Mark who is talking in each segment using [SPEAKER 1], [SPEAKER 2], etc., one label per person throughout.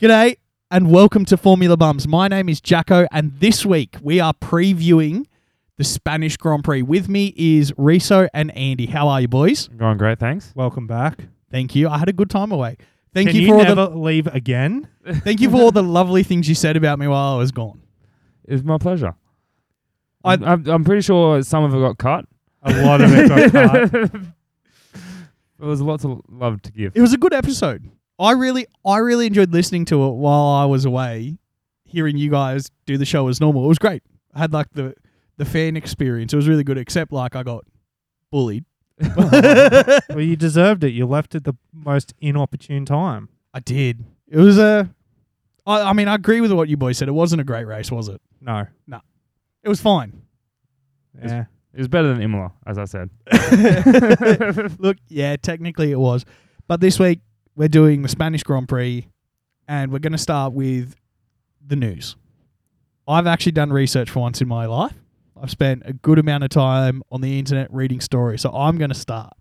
[SPEAKER 1] G'day and welcome to Formula Bums. My name is Jacko, and this week we are previewing the Spanish Grand Prix. With me is Riso and Andy. How are you, boys?
[SPEAKER 2] I'm going great, thanks.
[SPEAKER 3] Welcome back.
[SPEAKER 1] Thank you. I had a good time away. Thank
[SPEAKER 3] Can
[SPEAKER 1] you
[SPEAKER 3] you,
[SPEAKER 1] for all
[SPEAKER 3] never leave again?
[SPEAKER 1] the thank you for all the lovely things you said about me while I was gone.
[SPEAKER 2] It's my pleasure.
[SPEAKER 1] I-
[SPEAKER 2] I, I'm, I'm pretty sure some of it got cut.
[SPEAKER 3] A lot of it got cut.
[SPEAKER 2] There was lots of love to give.
[SPEAKER 1] It was a good episode. I really, I really enjoyed listening to it while I was away. Hearing you guys do the show as normal, it was great. I had like the the fan experience. It was really good, except like I got bullied.
[SPEAKER 3] Well, you deserved it. You left at the most inopportune time.
[SPEAKER 1] I did. It was a. I, I mean, I agree with what you boys said. It wasn't a great race, was it?
[SPEAKER 3] No.
[SPEAKER 1] It was fine.
[SPEAKER 3] Yeah.
[SPEAKER 2] It was better than Imola, as I said.
[SPEAKER 1] Look, yeah, technically it was, but this week we're doing the Spanish Grand Prix, and we're going to start with the news. I've actually done research for once in my life. I've spent a good amount of time on the internet reading stories, so I'm going to start.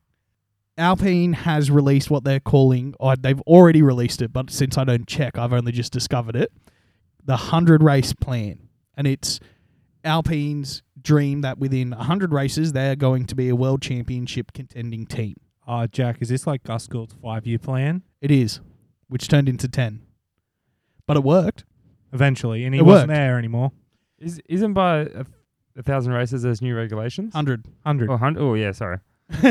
[SPEAKER 1] Alpine has released what they're calling, or they've already released it, but since I don't check, I've only just discovered it the 100 race plan. And it's Alpine's dream that within 100 races, they're going to be a world championship contending team.
[SPEAKER 3] Ah, Jack, is this like Gus Gould's five year plan?
[SPEAKER 1] It is, which turned into 10. But it worked.
[SPEAKER 3] Eventually. And he
[SPEAKER 1] It
[SPEAKER 3] wasn't
[SPEAKER 1] worked.
[SPEAKER 3] there anymore.
[SPEAKER 2] Is, isn't by a, a thousand races there's new regulations?
[SPEAKER 1] 100.
[SPEAKER 3] 100.
[SPEAKER 2] Oh, hun- oh, yeah, sorry.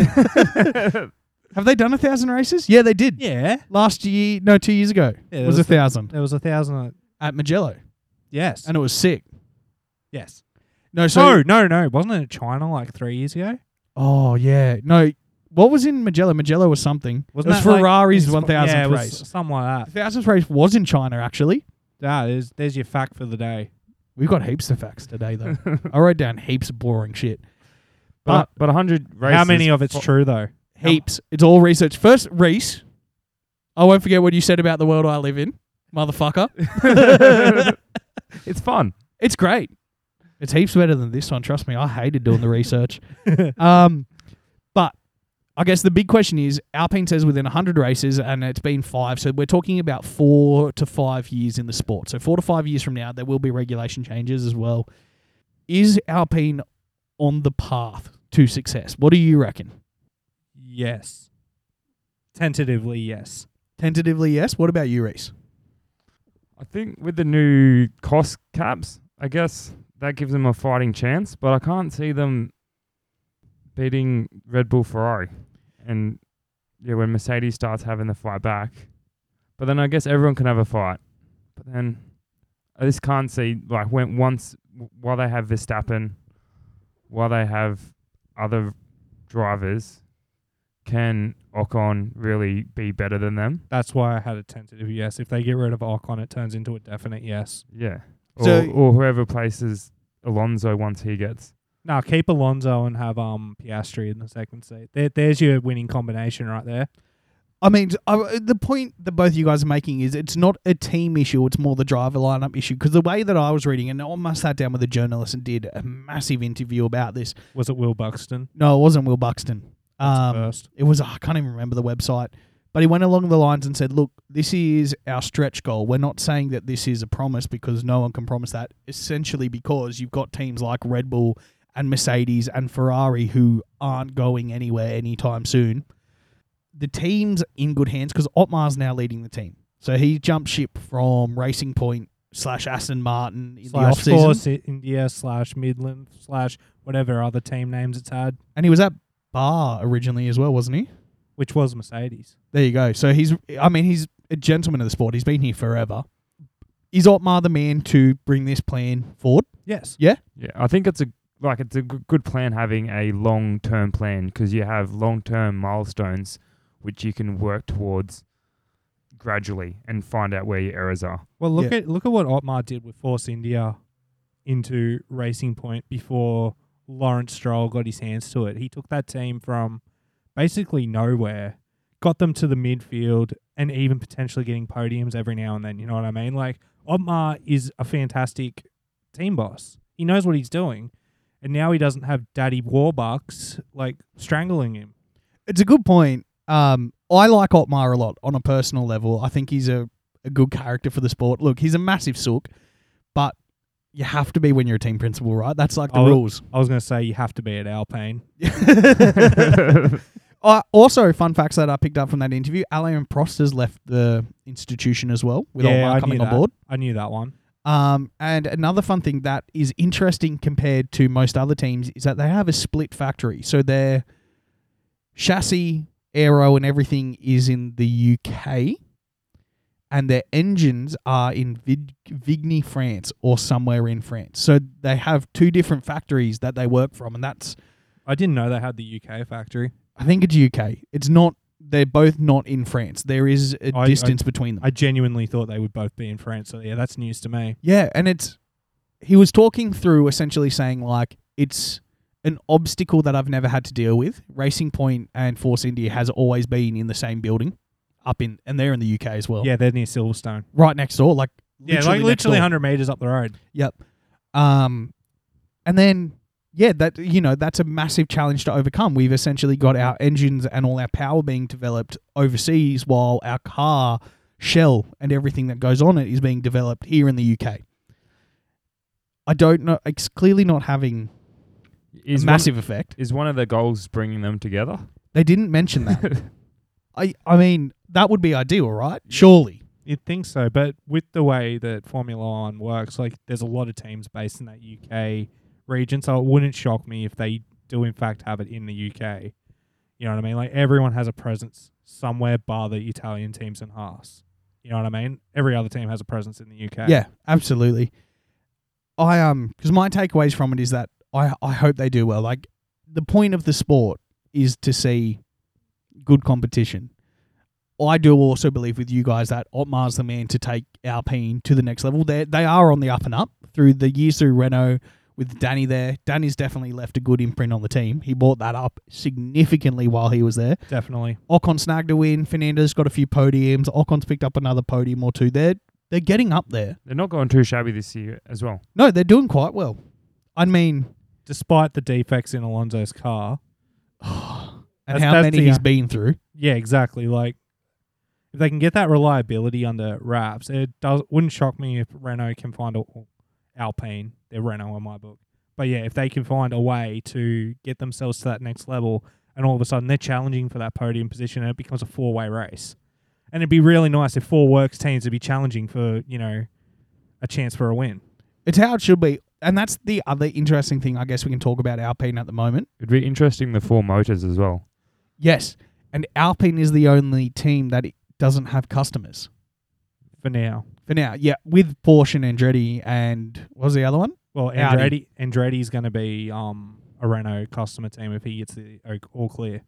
[SPEAKER 1] Have they done a 1,000 races? Yeah, they did.
[SPEAKER 3] Yeah.
[SPEAKER 1] Last year, no, two years ago,
[SPEAKER 3] Yeah,
[SPEAKER 1] it
[SPEAKER 3] there
[SPEAKER 1] was a
[SPEAKER 3] was
[SPEAKER 1] 1,000
[SPEAKER 3] There was a thousand. uh,
[SPEAKER 1] at Magello,
[SPEAKER 3] yes.
[SPEAKER 1] and it was sick.
[SPEAKER 3] yes.
[SPEAKER 1] No, so.
[SPEAKER 3] No, no, no. Wasn't it in China like three years ago?
[SPEAKER 1] Oh, yeah. No, what was in Magello? Magello was something.
[SPEAKER 3] Wasn't
[SPEAKER 1] it was
[SPEAKER 3] that, like,
[SPEAKER 1] Ferrari's
[SPEAKER 3] it's-
[SPEAKER 1] 1,000th
[SPEAKER 3] yeah, it was
[SPEAKER 1] race.
[SPEAKER 3] Something like that.
[SPEAKER 1] 1,000th race was in China, actually.
[SPEAKER 3] Ah, there's, there's your fact for the day.
[SPEAKER 1] We've got heaps of facts today, though. I wrote down heaps of boring shit.
[SPEAKER 2] But, but 100 races.
[SPEAKER 3] How many of it's
[SPEAKER 2] fo-
[SPEAKER 3] true, though?
[SPEAKER 1] Heaps. It's all research. First, Reese. I won't forget what you said about the world I live in, motherfucker.
[SPEAKER 2] It's fun.
[SPEAKER 1] It's great. It's heaps better than this one. Trust me. I hated doing the research. um, but I guess the big question is Alpine says within 100 races, and it's been five. So we're talking about four to five years in the sport. So four to five years from now, there will be regulation changes as well. Is Alpine on the path to success? What do you reckon?
[SPEAKER 3] Yes. Tentatively, yes.
[SPEAKER 1] Tentatively, yes. What about you, Reese?
[SPEAKER 2] I think with the new cost caps, I guess that gives them a fighting chance, but I can't see them beating Red Bull Ferrari. And yeah, when Mercedes starts having the fight back, but then I guess everyone can have a fight. But then I just can't see like when once while they have Verstappen, while they have other drivers, can Ocon really be better than them?
[SPEAKER 3] That's why I had a tentative yes. If they get rid of Ocon, it turns into a definite yes.
[SPEAKER 2] Yeah. Or,
[SPEAKER 1] So-
[SPEAKER 2] or whoever places Alonso once he gets.
[SPEAKER 3] Now keep Alonso and have um Piastri in the second seat. There, there's your winning combination right there.
[SPEAKER 1] I mean, I, the point that both you guys are making is it's not a team issue; it's more the driver lineup issue. Because the way that I was reading, and I almost sat down with a journalist and did a massive interview about this.
[SPEAKER 3] Was it Will Buxton?
[SPEAKER 1] No, it wasn't Will Buxton.
[SPEAKER 3] That's
[SPEAKER 1] Um,
[SPEAKER 3] first.
[SPEAKER 1] it was I can't even remember the website, but he went along the lines and said, "Look, this is our stretch goal. We're not saying that this is a promise because no one can promise that. Essentially, because you've got teams like Red Bull and Mercedes and Ferrari who aren't going anywhere anytime soon. The team's in good hands because Otmar's now leading the team, so he jumped ship from Racing Point slash Aston Martin in the off
[SPEAKER 3] Slash
[SPEAKER 1] season.
[SPEAKER 3] Force I- India slash Midland slash whatever other team names it's had,
[SPEAKER 1] and he was at Bar originally as well, wasn't he?
[SPEAKER 3] which was Mercedes.
[SPEAKER 1] There you go. So he's, I mean, he's a gentleman of the sport. He's been here forever. Is Otmar the man to bring this plan forward?
[SPEAKER 3] Yes.
[SPEAKER 2] Yeah, I think it's a like it's a g- good plan having a long term plan because you have long term milestones which you can work towards gradually and find out where your errors are.
[SPEAKER 3] Well, look
[SPEAKER 1] Yeah.
[SPEAKER 3] at look at what Otmar did with Force India into Racing Point before Lawrence Stroll got his hands to it. He took that team from basically nowhere, got them to the midfield, and even potentially getting podiums every now and then. You know what I mean? Like Otmar is a fantastic team boss. He knows what he's doing, and now he doesn't have Daddy Warbucks like strangling him.
[SPEAKER 1] It's a good point. Um, I like Otmar a lot on a personal level. I think he's a a good character for the sport. Look, he's a massive sook, but you have to be when you're a team principal, right? That's like the
[SPEAKER 3] Oh,
[SPEAKER 1] rules.
[SPEAKER 3] I was going to say you have to be at Alpine.
[SPEAKER 1] Uh, also, fun facts that I picked up from that interview: Alain Prost has left the institution as well, with
[SPEAKER 3] Yeah,
[SPEAKER 1] Olmar
[SPEAKER 3] I knew
[SPEAKER 1] coming on
[SPEAKER 3] that.
[SPEAKER 1] board.
[SPEAKER 3] I knew that one.
[SPEAKER 1] Um, and another fun thing that is interesting compared to most other teams is that they have a split factory. So their chassis, aero, and everything is in the UK, and their engines are in Vid- Vigny, France, or somewhere in France. So they have two different factories that they work from, and that's
[SPEAKER 3] I didn't know they had the UK factory.
[SPEAKER 1] I think it's UK. It's not. They're both not in France. There is a
[SPEAKER 3] I- I-
[SPEAKER 1] distance between them.
[SPEAKER 3] I genuinely thought they would both be in France. So yeah, that's news to me.
[SPEAKER 1] Yeah, and it's he was talking through essentially saying like it's an obstacle that I've never had to deal with. Racing Point and Force India has always been in the same building, up in and they're in the UK as well.
[SPEAKER 3] Yeah, they're near Silverstone.
[SPEAKER 1] right next door, like
[SPEAKER 3] Yeah, like
[SPEAKER 1] next
[SPEAKER 3] literally
[SPEAKER 1] door.
[SPEAKER 3] 100 meters up the road.
[SPEAKER 1] Um, and then yeah, that you know that's a massive challenge to overcome. We've essentially got our engines and all our power being developed overseas, while our car shell and everything that goes on it is being developed here in the UK. I don't know. It's clearly not having
[SPEAKER 2] is
[SPEAKER 1] a
[SPEAKER 2] one-
[SPEAKER 1] massive effect.
[SPEAKER 2] is one of the goals bringing them together?
[SPEAKER 1] They didn't mention that. I I mean that would be ideal, right? Surely.
[SPEAKER 3] You'd think so, but with the way that Formula One works, like there's a lot of teams based in that UK region, so it wouldn't shock me if they do in fact have it in the UK. You know what I mean? Like everyone has a presence somewhere, bar the Italian teams and Haas. You know what I mean? Every other team has a presence in the UK.
[SPEAKER 1] Yeah, absolutely. I um because my takeaways from it is that I I hope they do well. Like the point of the sport is to see good competition. I do also believe with you guys that Otmar's the man to take Alpine to the next level. They they are on the up and up through the years through Renault with Danny there. Danny's definitely left a good imprint on the team. He brought that up significantly while he was there.
[SPEAKER 3] definitely.
[SPEAKER 1] Ocon snagged a win. Fernandez got a few podiums. Ocon's picked up another podium or two. They're they're getting up there.
[SPEAKER 2] They're not going too shabby this year as well.
[SPEAKER 1] No, they're doing quite well. I mean,
[SPEAKER 3] Despite the defects in Alonso's car,
[SPEAKER 1] and
[SPEAKER 3] That's-
[SPEAKER 1] how
[SPEAKER 3] that's
[SPEAKER 1] many
[SPEAKER 3] the,
[SPEAKER 1] he's
[SPEAKER 3] uh,
[SPEAKER 1] been through.
[SPEAKER 3] Yeah, exactly. Like if they can get that reliability under wraps, it does wouldn't shock me if Renault can find a Alpine. They're Renault in my book. But yeah, if they can find a way to get themselves to that next level and all of a sudden they're challenging for that podium position and it becomes a four way race. And it'd be really nice if four works teams would be challenging for, you know, a chance for a win.
[SPEAKER 1] It's how it should be. And that's the other interesting thing I guess we can talk about Alpine at the moment.
[SPEAKER 2] It'd be interesting the four motors as well.
[SPEAKER 1] Yes. And Alpine is the only team that it doesn't have customers.
[SPEAKER 3] For now.
[SPEAKER 1] For now, yeah, with Porsche and Andretti and what was the other one?
[SPEAKER 3] Well,
[SPEAKER 1] Audi.
[SPEAKER 3] Andretti Andretti's gonna be um a Renault customer team if he gets the uh, all clear.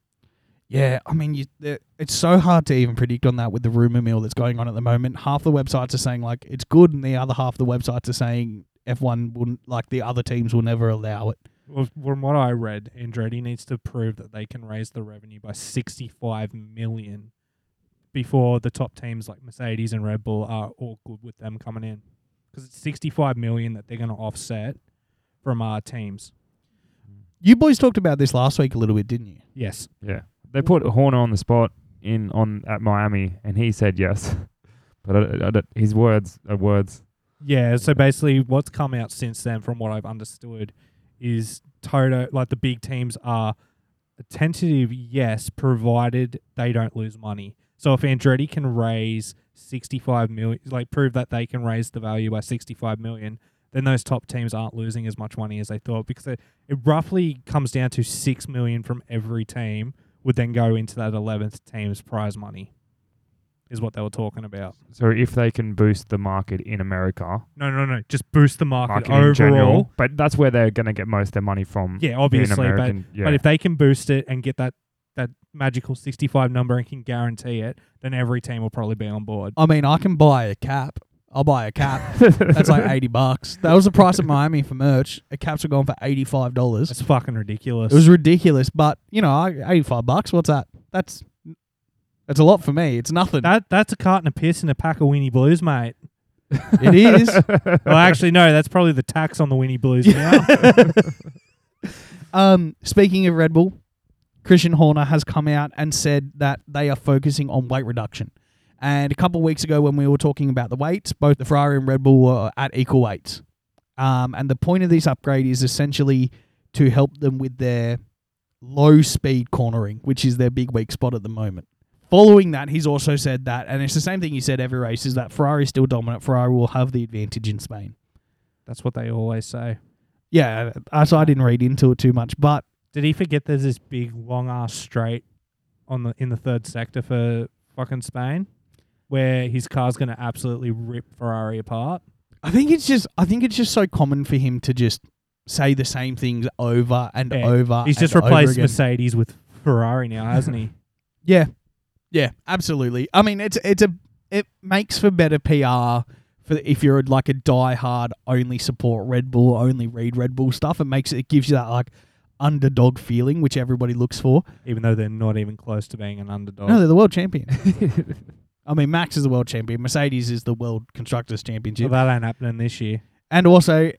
[SPEAKER 1] Yeah, I mean, you, the- it's so hard to even predict on that with the rumor mill that's going on at the moment. Half the websites are saying like it's good, and the other half the websites are saying F1 wouldn't like the other teams will never allow it.
[SPEAKER 3] Well, from what I read, Andretti needs to prove that they can raise the revenue by 65 million before the top teams like Mercedes and Red Bull are all good with them coming in. Because it's 65 million that they're going to offset from our teams.
[SPEAKER 1] You boys talked about this last week a little bit, didn't you?
[SPEAKER 3] Yes.
[SPEAKER 2] Yeah. They put Horner on the spot in on at Miami and he said yes. But I, I don't- his words are words.
[SPEAKER 3] Yeah. So basically, what's come out since then, from what I've understood, is Toto, like the big teams are a tentative yes, provided they don't lose money. So if Andretti can raise 65 million, like prove that they can raise the value by 65 million, then those top teams aren't losing as much money as they thought because it, it roughly comes down to 6 million from every team would then go into that 11th team's prize money, is what they were talking about.
[SPEAKER 2] So if they can boost the market in America,
[SPEAKER 3] No, no, no. Just boost the market,
[SPEAKER 2] market in
[SPEAKER 3] overall.
[SPEAKER 2] general, but that's where they're going to get most of their money from.
[SPEAKER 1] Mm-hmm.
[SPEAKER 3] Yeah,
[SPEAKER 2] being
[SPEAKER 3] obviously, but
[SPEAKER 2] American, yeah.
[SPEAKER 3] but if they can boost it and get that that magical sixty five number and can guarantee it, then every team will probably be on board.
[SPEAKER 1] I mean, I can buy a cap. I'll buy a cap. That's like eighty bucks. That was the price at Miami for merch. A caps were going for eighty five dollars.
[SPEAKER 3] It's fucking ridiculous.
[SPEAKER 1] It was ridiculous, but you know, eighty five bucks. What's that? That's that's a lot for me. It's nothing.
[SPEAKER 3] that that's a carton of piss and a pack of Winnie Blues, mate.
[SPEAKER 1] it is.
[SPEAKER 3] well, actually, no. That's probably the tax on the Winnie Blues now.
[SPEAKER 1] Um, speaking of Red Bull, Christian Horner has come out and said that they are focusing on weight reduction And a couple of weeks ago, when we were talking about the weights, both the Ferrari and Red Bull were at equal weights. Um, and the point of this upgrade is essentially to help them with their low speed cornering, which is their big weak spot at the moment. Following that, he's also said that, and it's the same thing he said every race, is that Ferrari's still dominant. Ferrari will have the advantage in Spain.
[SPEAKER 3] That's what they always say.
[SPEAKER 1] Yeah, uh, so I didn't read into it too much, but
[SPEAKER 3] Did he forget there's this big long ass straight on the in the third sector for fucking Spain, where his car's gonna absolutely rip Ferrari apart?
[SPEAKER 1] I think it's just I think it's just so common for him to just say the same things over and
[SPEAKER 3] Yeah,
[SPEAKER 1] over.
[SPEAKER 3] He's
[SPEAKER 1] Uh, and
[SPEAKER 3] just
[SPEAKER 1] over
[SPEAKER 3] replaced
[SPEAKER 1] again.
[SPEAKER 3] Mercedes with Ferrari now, hasn't he?
[SPEAKER 1] Yeah. Yeah, absolutely. I mean, it's it's a it makes for better PR for if you're like a diehard only support Red Bull, only read Red Bull stuff. It makes it gives you that like underdog feeling which everybody looks for.
[SPEAKER 3] even though they're not even close to being an underdog.
[SPEAKER 1] No, they're the world champion. I mean, Max is the world champion. Mercedes is the world constructors
[SPEAKER 3] Well,
[SPEAKER 1] championship,
[SPEAKER 3] that ain't happening this year.
[SPEAKER 1] and also,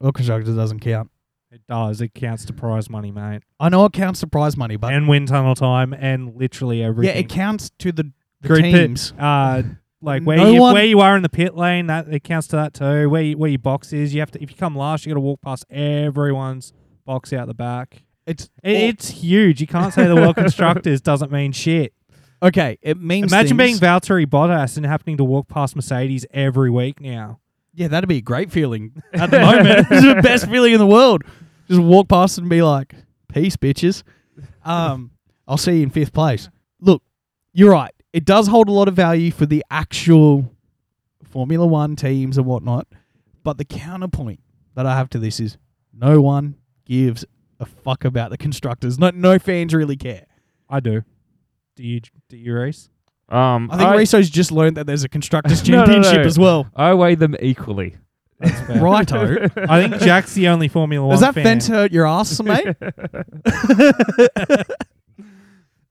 [SPEAKER 1] world constructors doesn't count.
[SPEAKER 3] It does. It counts to prize money, mate,
[SPEAKER 1] I know it counts to prize money, but
[SPEAKER 3] and wind tunnel time, and literally
[SPEAKER 1] yeah,
[SPEAKER 3] everything.
[SPEAKER 1] it counts to the, the
[SPEAKER 3] Group it.
[SPEAKER 1] teams.
[SPEAKER 3] Uh, like where
[SPEAKER 1] No
[SPEAKER 3] you,
[SPEAKER 1] one-
[SPEAKER 3] where you are in the pit lane, that it counts to that too. Where you, where your box is, you have to. If you come last, you got to walk past everyone's box out the back.
[SPEAKER 1] It's
[SPEAKER 3] It, it's huge. You can't say the world constructors doesn't mean shit.
[SPEAKER 1] okay. It means
[SPEAKER 3] Imagine being
[SPEAKER 1] things-
[SPEAKER 3] Valtteri Bottas and happening to walk past Mercedes every week now.
[SPEAKER 1] yeah, that'd be a great feeling at the moment. it's the best feeling in the world. Just walk past and be like, "Peace, bitches." Um, I'll see you in fifth place. Look, you're right. It does hold a lot of value for the actual Formula One teams and whatnot. But the counterpoint that I have to this is no one gives a fuck about the constructors. No, no fans really care.
[SPEAKER 3] I do. Do you do you race?
[SPEAKER 2] Um,
[SPEAKER 1] I think
[SPEAKER 2] I,
[SPEAKER 1] Riso's just learned that there's a constructors
[SPEAKER 2] No, no, no.
[SPEAKER 1] championship as well.
[SPEAKER 2] I weigh them equally.
[SPEAKER 3] That's fair.
[SPEAKER 1] Righto.
[SPEAKER 3] I think Jack's the only Formula One.
[SPEAKER 1] Does that
[SPEAKER 3] fan.
[SPEAKER 1] fence hurt your ass, mate?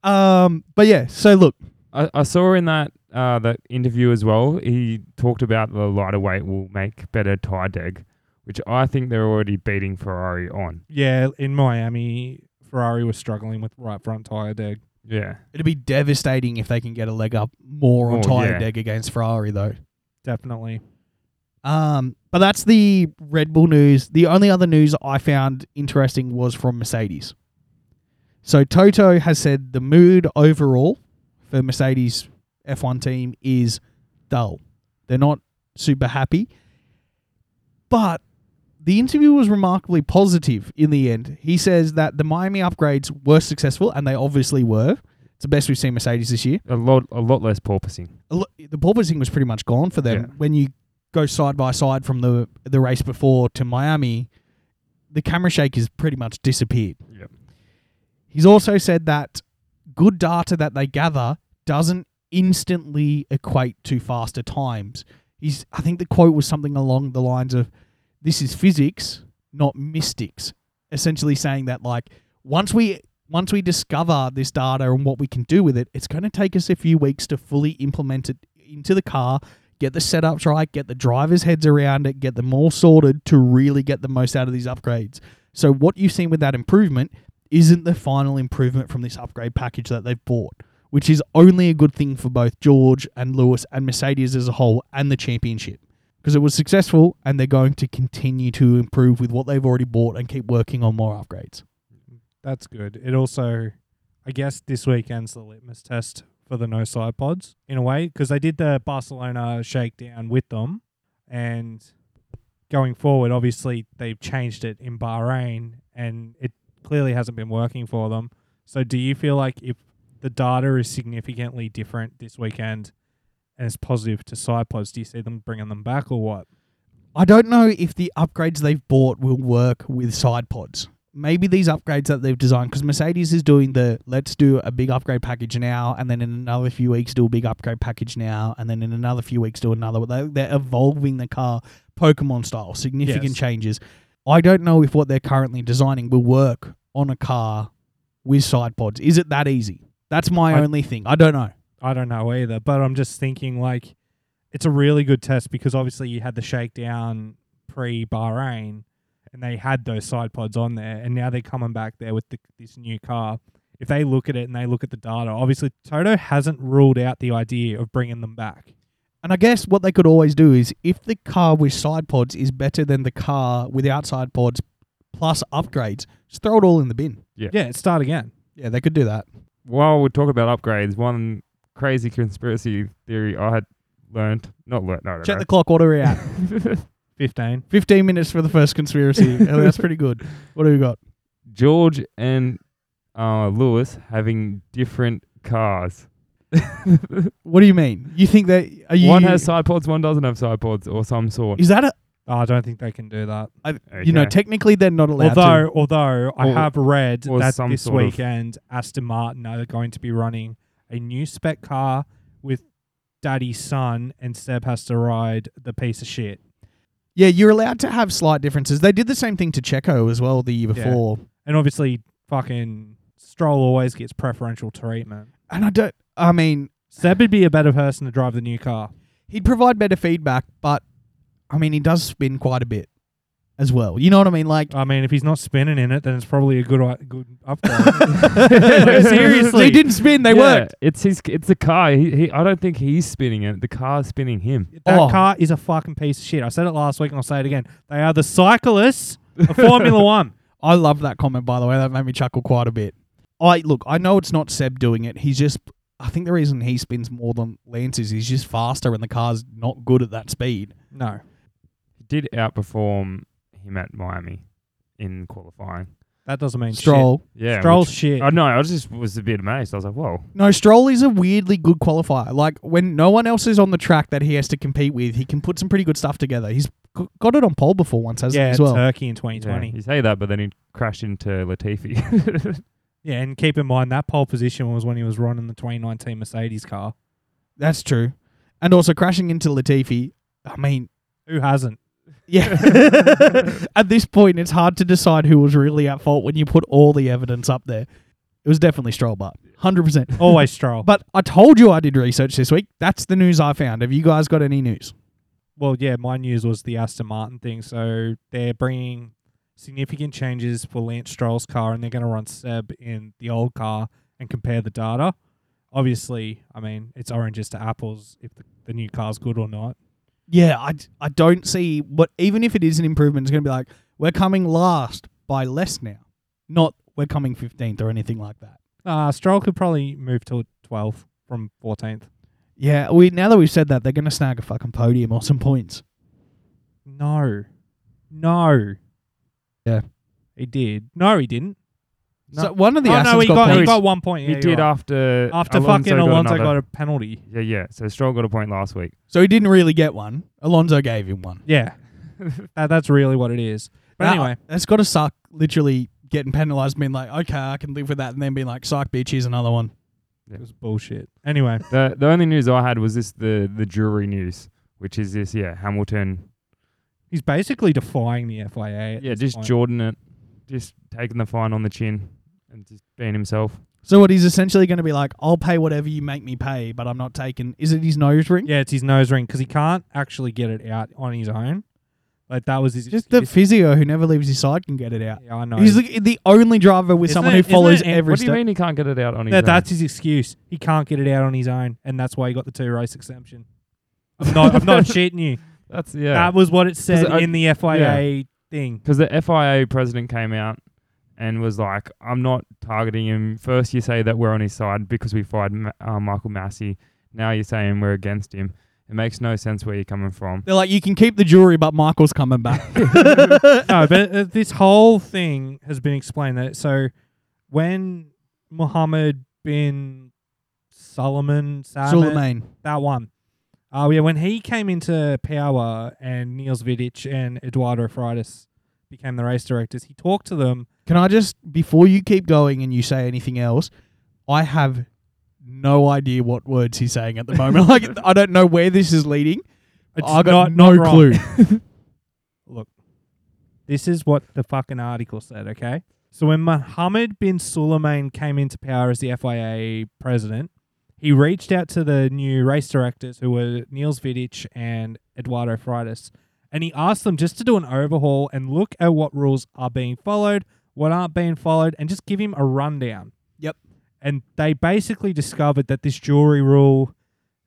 [SPEAKER 1] um, but yeah, so look,
[SPEAKER 2] I, I saw in that uh, that interview as well. He talked about the lighter weight will make better tie deg, which I think they're already beating Ferrari on.
[SPEAKER 3] Yeah, in Miami, Ferrari was struggling with right front tire deg.
[SPEAKER 2] Yeah,
[SPEAKER 1] it'd be devastating if they can get a leg up more on
[SPEAKER 2] Oh,
[SPEAKER 1] tire
[SPEAKER 2] yeah.
[SPEAKER 1] deck against Ferrari, though.
[SPEAKER 3] Definitely.
[SPEAKER 1] Um, but that's the Red Bull news. The only other news I found interesting was from Mercedes. So Toto has said the mood overall for Mercedes F1 team is dull. They're not super happy. But the interview was remarkably positive in the end. He says that the Miami upgrades were successful, and they obviously were. It's the best we've seen Mercedes this year
[SPEAKER 2] a lot a lot less porpoising.
[SPEAKER 1] a lo- the porpoising was pretty much gone for them
[SPEAKER 2] Yeah.
[SPEAKER 1] when you go side by side from the the race before to Miami. The camera shake has pretty much disappeared.
[SPEAKER 2] Yep.
[SPEAKER 1] He's also said that good data that they gather doesn't instantly equate to faster times. He's I think the quote was something along the lines of this is physics, not mystics. Essentially saying that like once we once we discover this data and what we can do with it, it's going to take us a few weeks to fully implement it into the car, get the setups right, get the drivers' heads around it, get them all sorted to really get the most out of these upgrades. So what you've seen with that improvement isn't the final improvement from this upgrade package that they've bought, which is only a good thing for both George and Lewis and Mercedes as a whole and the championship. Because it was successful and they're going to continue to improve with what they've already bought and keep working on more upgrades.
[SPEAKER 3] That's good. It also, I guess, this weekend's the litmus test for the no side pods in a way because they did the Barcelona shakedown with them, and going forward, obviously they've changed it in Bahrain, and it clearly hasn't been working for them. So, do you feel like if the data is significantly different this weekend and it's positive to side pods, do you see them bringing them back or what?
[SPEAKER 1] I don't know if the upgrades they've bought will work with side pods. Maybe these upgrades that they've designed, because Mercedes is doing the let's do a big upgrade package now, and then in another few weeks do a big upgrade package now, and then in another few weeks do another. They- They're evolving the car Pokemon style, significant
[SPEAKER 3] Yes.
[SPEAKER 1] changes. I don't know if what they're currently designing will work on a car with side pods. Is it that easy? That's my
[SPEAKER 3] I-
[SPEAKER 1] only thing. I don't know.
[SPEAKER 3] I don't know either, but I'm just thinking like it's a really good test because obviously you had the shakedown pre Bahrain and they had those side pods on there, and now they're coming back there with the, this new car. if they look at it and they look at the data, obviously Toto hasn't ruled out the idea of bringing them back.
[SPEAKER 1] And I guess what they could always do is if the car with side pods is better than the car without side pods plus upgrades, just throw it all in the bin.
[SPEAKER 3] Yeah, start again.
[SPEAKER 1] Yeah, they could do that.
[SPEAKER 2] While we talk about upgrades, one crazy conspiracy theory I had learned, not learned, no, no,
[SPEAKER 1] Check the clock, what are we at?
[SPEAKER 2] no.
[SPEAKER 3] 15.
[SPEAKER 1] 15 minutes for the first conspiracy. Oh, That's pretty good. What do we got?
[SPEAKER 2] George and uh, Lewis having different cars.
[SPEAKER 1] What do you mean? You think that. Are you,
[SPEAKER 2] one has side pods, one doesn't have side pods, or some sort.
[SPEAKER 1] Is that a.
[SPEAKER 3] Oh, I don't think they can do that.
[SPEAKER 1] I, You know,
[SPEAKER 2] Okay.
[SPEAKER 1] technically they're not allowed
[SPEAKER 3] although,
[SPEAKER 1] to.
[SPEAKER 3] although I
[SPEAKER 2] Or-
[SPEAKER 3] have read
[SPEAKER 2] or
[SPEAKER 3] that
[SPEAKER 2] some
[SPEAKER 3] this
[SPEAKER 2] sort of-
[SPEAKER 3] weekend Aston Martin are going to be running a new spec car with Daddy's son, and Seb has to ride the piece of shit.
[SPEAKER 1] Yeah, you're allowed to have slight differences. They did the same thing to Checo as well the year
[SPEAKER 3] Yeah.
[SPEAKER 1] before.
[SPEAKER 3] And obviously, fucking Stroll always gets preferential treatment.
[SPEAKER 1] And I don't. I mean,
[SPEAKER 3] Seb would be a better person to drive the new car.
[SPEAKER 1] he'd provide better feedback, but I mean, he does spin quite a bit as well. You know what I mean? Like,
[SPEAKER 3] I mean, if he's not spinning in it, then it's probably a good i- good upgrade.
[SPEAKER 1] they
[SPEAKER 3] Seriously,
[SPEAKER 1] didn't spin; they
[SPEAKER 2] Yeah,
[SPEAKER 1] worked.
[SPEAKER 2] It's his. It's the car. He, he. I don't think he's spinning it. The car's spinning him.
[SPEAKER 3] that
[SPEAKER 1] Oh.
[SPEAKER 3] car is a fucking piece of shit. I said it last week, and I'll say it again. They are the cyclists of Formula One.
[SPEAKER 1] I love that comment, by the way. That made me chuckle quite a bit. I look. I know it's not Seb doing it. He's just. I think the reason he spins more than Lance is he's just faster, and the car's not good at that speed.
[SPEAKER 3] No,
[SPEAKER 2] He did outperform him at Miami in qualifying.
[SPEAKER 3] that doesn't mean
[SPEAKER 1] Stroll.
[SPEAKER 2] Yeah.
[SPEAKER 3] Shit. Stroll's
[SPEAKER 2] which-
[SPEAKER 3] shit.
[SPEAKER 2] I know. I just was a bit amazed. I was like, whoa.
[SPEAKER 1] No, Stroll is a weirdly good qualifier. Like when no one else is on the track that he has to compete with, he can put some pretty good stuff together. He's g- got it on pole before once, hasn't
[SPEAKER 3] yeah, uh,
[SPEAKER 1] he? As well.
[SPEAKER 3] Turkey in
[SPEAKER 2] Yeah,
[SPEAKER 3] 2020. Yeah.
[SPEAKER 2] you say that, but then he crashed into Latifi.
[SPEAKER 3] and keep in mind that pole position was when he was running the 2019 Mercedes car.
[SPEAKER 1] That's true. And also crashing into Latifi. I mean,
[SPEAKER 3] Who hasn't?
[SPEAKER 1] yeah. at this point, it's hard to decide who was really at fault when you put all the evidence up there. It was definitely Stroll, but hundred percent.
[SPEAKER 3] Always Stroll.
[SPEAKER 1] But I told you I did research this week. That's the news I found. Have you guys got any news?
[SPEAKER 3] Well, yeah, my news was the Aston Martin thing. So they're bringing significant changes for Lance Stroll's car, and they're going to run Seb in the old car and compare the data. Obviously, I mean, it's oranges to apples if the, the new car's good or not.
[SPEAKER 1] Yeah, I, I don't see what even if it is an improvement, it's going to be like we're coming last by less now, not we're coming fifteenth or anything like that.
[SPEAKER 3] Uh, Stroll could probably move to 12th from 14th.
[SPEAKER 1] Yeah, we now that we've said that, they're going to snag a fucking podium or some points.
[SPEAKER 3] No. No.
[SPEAKER 1] Yeah.
[SPEAKER 3] He did. No, he didn't. No.
[SPEAKER 1] So one of the
[SPEAKER 3] oh,
[SPEAKER 1] Aston's
[SPEAKER 3] no, he
[SPEAKER 1] got,
[SPEAKER 3] got, he
[SPEAKER 1] points.
[SPEAKER 3] got one point.
[SPEAKER 2] he
[SPEAKER 3] Yeah,
[SPEAKER 2] did
[SPEAKER 3] you're right.
[SPEAKER 2] after uh,
[SPEAKER 3] After fucking
[SPEAKER 2] got
[SPEAKER 3] Alonso
[SPEAKER 2] another-
[SPEAKER 3] got a penalty.
[SPEAKER 2] Yeah, yeah. So Stroll got a point last week.
[SPEAKER 1] So he didn't really get one. Alonso gave him one.
[SPEAKER 3] Yeah. That- that's really what it is. But
[SPEAKER 1] That-
[SPEAKER 3] anyway.
[SPEAKER 1] that's got to suck. Literally getting penalised, being like, okay, I can live with that, and then being like, psych, bitch, here's another one.
[SPEAKER 2] It
[SPEAKER 3] was bullshit. Anyway,
[SPEAKER 2] The the only news I had was this the the jury news, which is this. Yeah, Hamilton.
[SPEAKER 3] he's basically defying the FIA. at
[SPEAKER 2] Yeah,
[SPEAKER 3] this
[SPEAKER 2] just
[SPEAKER 3] point.
[SPEAKER 2] Jordan it, just taking the fine on the chin and just being himself.
[SPEAKER 1] So what he's essentially going to be like, I'll pay whatever you make me pay, but I'm not taking. Is it his nose ring?
[SPEAKER 3] Yeah, it's his nose ring because he can't actually get it out on his own. Like that was his.
[SPEAKER 1] Just the
[SPEAKER 3] his-
[SPEAKER 1] physio who never leaves his side can get it out.
[SPEAKER 3] yeah, I know.
[SPEAKER 1] He's the, the only driver with
[SPEAKER 3] Isn't
[SPEAKER 1] someone
[SPEAKER 3] it-
[SPEAKER 1] who
[SPEAKER 3] isn't
[SPEAKER 1] follows
[SPEAKER 3] it-
[SPEAKER 1] every
[SPEAKER 2] What do you
[SPEAKER 1] step.
[SPEAKER 2] mean he can't get it out on his?
[SPEAKER 3] that,
[SPEAKER 2] own?
[SPEAKER 3] that's his excuse. He can't get it out on his own, and that's why he got the two race exemption. I'm not. I'm not cheating you.
[SPEAKER 2] that's yeah.
[SPEAKER 3] That was what it said
[SPEAKER 2] I-
[SPEAKER 3] in the FIA thing.
[SPEAKER 2] because the FIA president came out and was like, "I'm not targeting him." First, you say that we're on his side because we fired Ma- uh, Michael Massey. Now you're saying we're against him. It makes no sense where you're coming from.
[SPEAKER 1] They're like, you can keep the jewelry, but Michael's coming back.
[SPEAKER 3] no, but uh, this whole thing has been explained that so when Mohammed bin Solomon Salman,
[SPEAKER 1] Suleiman.
[SPEAKER 3] that one. Uh, yeah, when he came into power and Niels Vidic and Eduardo Freitas became the race directors, he talked to them.
[SPEAKER 1] Can I just, before you keep going and you say anything else, I have no idea what words he's saying at the moment. like, I don't know where this is leading.
[SPEAKER 3] It's
[SPEAKER 1] I got
[SPEAKER 3] not-
[SPEAKER 1] no
[SPEAKER 3] not right.
[SPEAKER 1] clue.
[SPEAKER 3] Look, this is what the fucking article said, okay? So when Mohammed bin Suleiman came into power as the FIA president, he reached out to the new race directors who were Niels Vidic and Eduardo Freitas, and he asked them just to do an overhaul and look at what rules are being followed, what aren't being followed, and just give him a rundown.
[SPEAKER 1] Yep.
[SPEAKER 3] And they basically discovered that this jewelry rule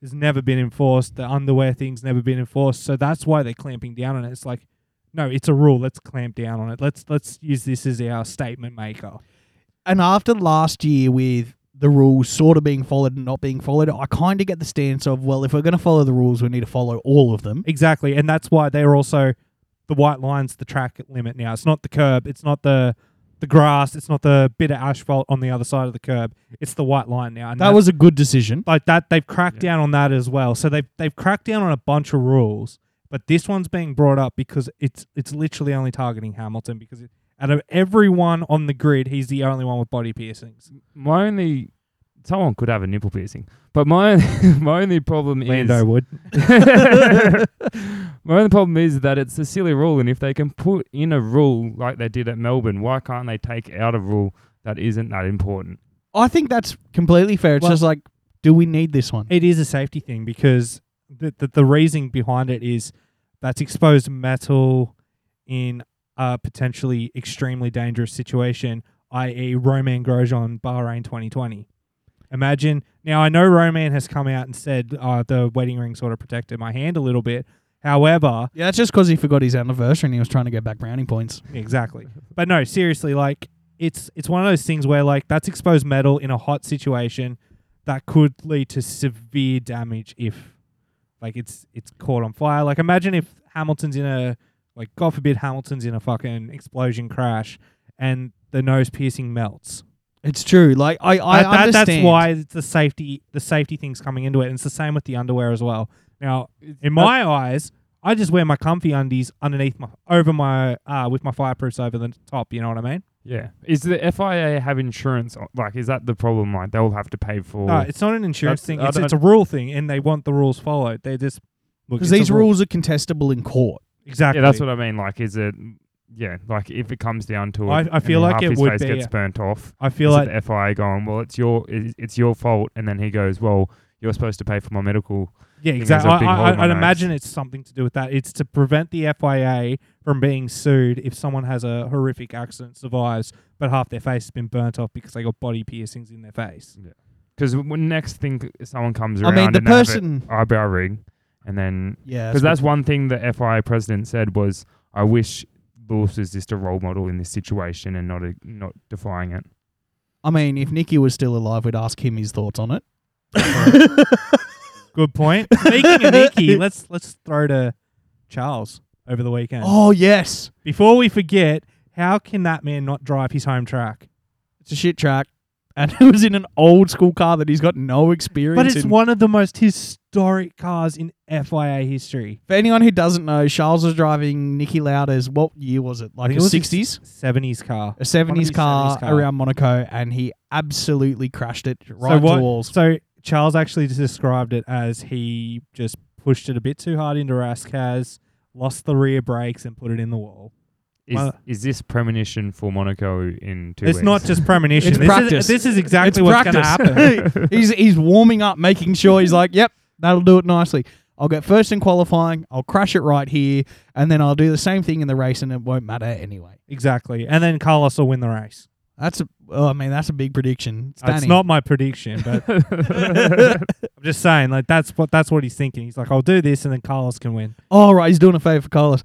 [SPEAKER 3] has never been enforced. The underwear thing's never been enforced. So that's why they're clamping down on it. It's like, no, it's a rule. Let's clamp down on it. Let's let's use this as our statement maker.
[SPEAKER 1] And after last year with the rules sort of being followed and not being followed, I kind of get the stance of, well, if we're going to follow the rules, we need to follow all of them.
[SPEAKER 3] Exactly. And that's why they're also the white line's the track limit now. It's not the curb. It's not the the grass. It's not the bit of asphalt on the other side of the curb. It's the white line now. And
[SPEAKER 1] That
[SPEAKER 3] that's-
[SPEAKER 1] was a good decision.
[SPEAKER 3] like that they've cracked
[SPEAKER 2] Yeah.
[SPEAKER 3] down on that as well. So they've they've cracked down on a bunch of rules, but this one's being brought up because it's it's literally only targeting Hamilton because it, out of everyone on the grid, he's the only one with body piercings.
[SPEAKER 2] My only someone could have a nipple piercing, but my my only problem
[SPEAKER 3] Lando would.
[SPEAKER 2] is my only problem is that it's a silly rule, and if they can put in a rule like they did at Melbourne, why can't they take out a rule that isn't that important?
[SPEAKER 1] I think that's completely fair. It's
[SPEAKER 3] Well-
[SPEAKER 1] just like, do we need this one?
[SPEAKER 3] It is a safety thing because the, the the reasoning behind it is that's exposed metal in a potentially extremely dangerous situation, i.e., Roman Grosjean, Bahrain 2020. Imagine now. I know Roman has come out and said uh, the wedding ring sort of protected my hand a little bit. However,
[SPEAKER 1] Yeah, that's just because he forgot his anniversary and he was trying to get back browning points.
[SPEAKER 3] exactly. But no, seriously, like it's it's one of those things where like that's exposed metal in a hot situation that could lead to severe damage if like it's it's caught on fire. Like imagine if Hamilton's in a like God forbid Hamilton's in a fucking explosion crash and the nose piercing melts.
[SPEAKER 1] It's true. Like, I, I
[SPEAKER 3] That- that-
[SPEAKER 1] understand.
[SPEAKER 3] that's why it's the safety the safety thing's coming into it. And it's the same with the underwear as well. Now in my eyes, I just wear my comfy undies underneath my over my uh with my fireproofs over the top. You know what I mean?
[SPEAKER 2] yeah, is the FIA have insurance? o- Like, is that the problem? Like, they'll have to pay for.
[SPEAKER 3] No, Uh, it's not an insurance
[SPEAKER 2] That's-
[SPEAKER 3] thing.
[SPEAKER 2] I
[SPEAKER 3] It's,
[SPEAKER 2] don't-
[SPEAKER 3] it's a rule thing, and they want the rules followed. They just look,
[SPEAKER 1] Because
[SPEAKER 3] it's a
[SPEAKER 1] these
[SPEAKER 3] rule.
[SPEAKER 1] rules are contestable in court.
[SPEAKER 3] exactly.
[SPEAKER 2] yeah, that's what I mean. Like, is it? Yeah, like if it comes down to it,
[SPEAKER 3] I- I
[SPEAKER 2] and
[SPEAKER 3] feel
[SPEAKER 2] then
[SPEAKER 3] like
[SPEAKER 2] half
[SPEAKER 3] it
[SPEAKER 2] his
[SPEAKER 3] would
[SPEAKER 2] face
[SPEAKER 3] be
[SPEAKER 2] gets
[SPEAKER 3] a-
[SPEAKER 2] burnt off.
[SPEAKER 3] I feel
[SPEAKER 2] is
[SPEAKER 3] like.
[SPEAKER 2] it the FIA going, well, it's your it's, it's your fault, and then he goes, well, you're supposed to pay for my medical.
[SPEAKER 3] Yeah,
[SPEAKER 2] think there's a
[SPEAKER 3] exactly. I,
[SPEAKER 2] big hole
[SPEAKER 3] I,
[SPEAKER 2] in my
[SPEAKER 3] I'd
[SPEAKER 2] nose.
[SPEAKER 3] imagine it's something to do with that. It's to prevent the FIA from being sued if someone has a horrific accident, survives, but half their face has been burnt off because they got body piercings in their face.
[SPEAKER 2] Because when next thing someone comes
[SPEAKER 1] I
[SPEAKER 2] around,
[SPEAKER 1] mean, the
[SPEAKER 2] and they have an
[SPEAKER 1] person.
[SPEAKER 2] eyebrow ring, and then
[SPEAKER 1] Yeah.
[SPEAKER 2] because that's one thing the FIA president said was, I wish Lewis was just a role model in this situation and not a, not defying it.
[SPEAKER 1] I mean, if Nikki was still alive, we'd ask him his thoughts on it.
[SPEAKER 3] Good point. Speaking of Nikki, let's let's throw to Charles over the weekend.
[SPEAKER 1] Oh, yes.
[SPEAKER 3] Before we forget, how can that man not drive his home track?
[SPEAKER 1] It's a shit track. And it was in an old school car that he's got no experience
[SPEAKER 3] But it's
[SPEAKER 1] in.
[SPEAKER 3] one of the most historic cars in FIA history.
[SPEAKER 1] For anyone who doesn't know, Charles was driving Nicky Lauda's, what year was it? Like
[SPEAKER 3] think
[SPEAKER 1] a
[SPEAKER 3] it was
[SPEAKER 1] 60s?
[SPEAKER 3] 70s car.
[SPEAKER 1] A 70s
[SPEAKER 3] his
[SPEAKER 1] car,
[SPEAKER 3] 70s car.
[SPEAKER 1] around Monaco, and he absolutely crashed it right
[SPEAKER 3] so what,
[SPEAKER 1] to walls.
[SPEAKER 3] So Charles actually just described it as he just pushed it a bit too hard into Raskaz, lost the rear brakes, and put it in the wall.
[SPEAKER 2] Is
[SPEAKER 3] Well-
[SPEAKER 2] is this premonition for Monaco in two
[SPEAKER 3] it's
[SPEAKER 2] weeks?
[SPEAKER 3] not just premonition.
[SPEAKER 1] It's
[SPEAKER 3] this,
[SPEAKER 1] practice.
[SPEAKER 3] Is, this is
[SPEAKER 1] It's
[SPEAKER 3] exactly what's going to
[SPEAKER 1] practice.
[SPEAKER 3] happen.
[SPEAKER 1] he's, he's warming up, making sure he's like, yep, that'll do it nicely. I'll get first in qualifying, I'll crash it right here, and then I'll do the same thing in the race, and it won't matter anyway.
[SPEAKER 3] exactly. And then Carlos will win the race.
[SPEAKER 1] That's a, oh, I mean, that's a big prediction.
[SPEAKER 3] It's
[SPEAKER 1] Stanny.
[SPEAKER 3] not my prediction, but I'm just saying, like that's what that's what he's thinking. He's like, I'll do this, and then Carlos can win.
[SPEAKER 1] All right, he's doing a favor for Carlos.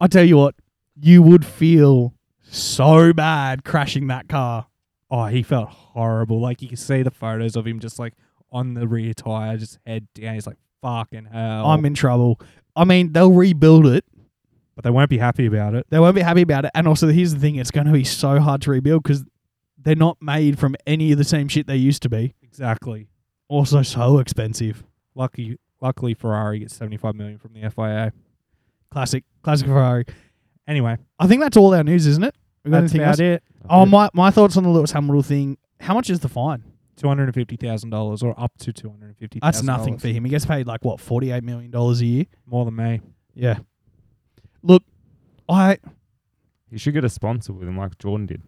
[SPEAKER 1] I tell you what, you would feel so bad crashing that car.
[SPEAKER 3] oh, he felt horrible. Like you can see the photos of him just like on the rear tire, just head down. He's like, fucking hell.
[SPEAKER 1] I'm in trouble. I mean, they'll rebuild it.
[SPEAKER 3] but they won't be happy about it.
[SPEAKER 1] They won't be happy about it. And also, here's the thing: it's going to be so hard to rebuild because they're not made from any of the same shit they used to be.
[SPEAKER 3] Exactly.
[SPEAKER 1] Also, so expensive.
[SPEAKER 3] Lucky, luckily, Ferrari gets 75 million from the FIA.
[SPEAKER 1] Classic, classic Ferrari.
[SPEAKER 3] Anyway,
[SPEAKER 1] I think that's all our news, isn't it? We got
[SPEAKER 3] that's
[SPEAKER 1] anything else?
[SPEAKER 3] about it.
[SPEAKER 1] Oh, my my thoughts on the Lewis Hamilton thing. How much is the fine?
[SPEAKER 3] Two hundred and fifty thousand dollars, or up to two hundred and fifty.
[SPEAKER 1] That's nothing for him. He gets paid like what forty eight million dollars a year.
[SPEAKER 3] more than me.
[SPEAKER 1] Yeah. Look, I
[SPEAKER 2] You should get a sponsor with him, like Jordan did.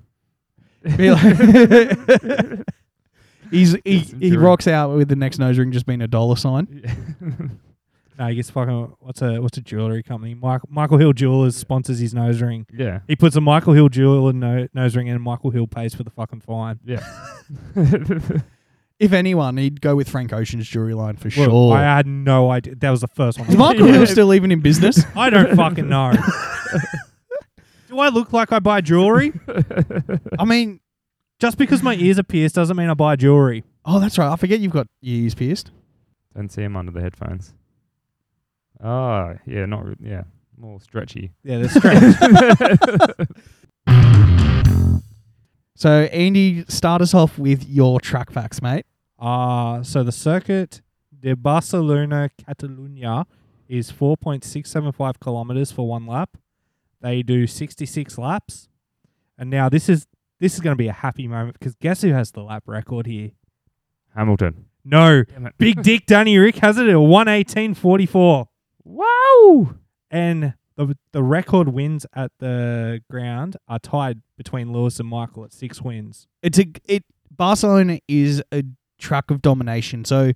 [SPEAKER 1] feel like he's he,
[SPEAKER 2] It's
[SPEAKER 1] he
[SPEAKER 2] enduring.
[SPEAKER 1] rocks out with the next nose ring just being a dollar sign.
[SPEAKER 3] No, he gets fucking what's a what's a jewelry company? Michael Michael Hill Jewelers sponsors his nose ring.
[SPEAKER 2] Yeah.
[SPEAKER 3] He puts a Michael Hill jeweler no, nose ring in, and Michael Hill pays for the fucking fine.
[SPEAKER 1] If anyone, he'd go with Frank Ocean's jewelry line for
[SPEAKER 3] Look,
[SPEAKER 1] sure.
[SPEAKER 3] I had no idea. That was the first
[SPEAKER 1] Is
[SPEAKER 3] one.
[SPEAKER 1] Michael Hill still even in business?
[SPEAKER 3] I don't fucking know. Do I look like I buy jewelry?
[SPEAKER 1] I mean,
[SPEAKER 3] Just because my ears are pierced doesn't mean I buy jewelry.
[SPEAKER 1] oh, that's right. I forget you've got your ears pierced.
[SPEAKER 2] Don't see him under the headphones. Ah, yeah, not re- yeah, more stretchy.
[SPEAKER 3] Yeah, that's strange.
[SPEAKER 1] So, Andy, start us off with your track facts, mate.
[SPEAKER 3] Ah, so the circuit de Barcelona Catalunya is 4.675 kilometers for one lap. They do 66 laps. And now this is this is going to be a happy moment because guess who has the lap record here?
[SPEAKER 2] Hamilton.
[SPEAKER 3] No,
[SPEAKER 2] Damn it.
[SPEAKER 3] Big Dick Danny Rick has it at 118.44.
[SPEAKER 2] Wow.
[SPEAKER 3] And the, the record wins at the ground are tied between Lewis and Michael at six wins.
[SPEAKER 1] It's a it Barcelona is a track of domination. So,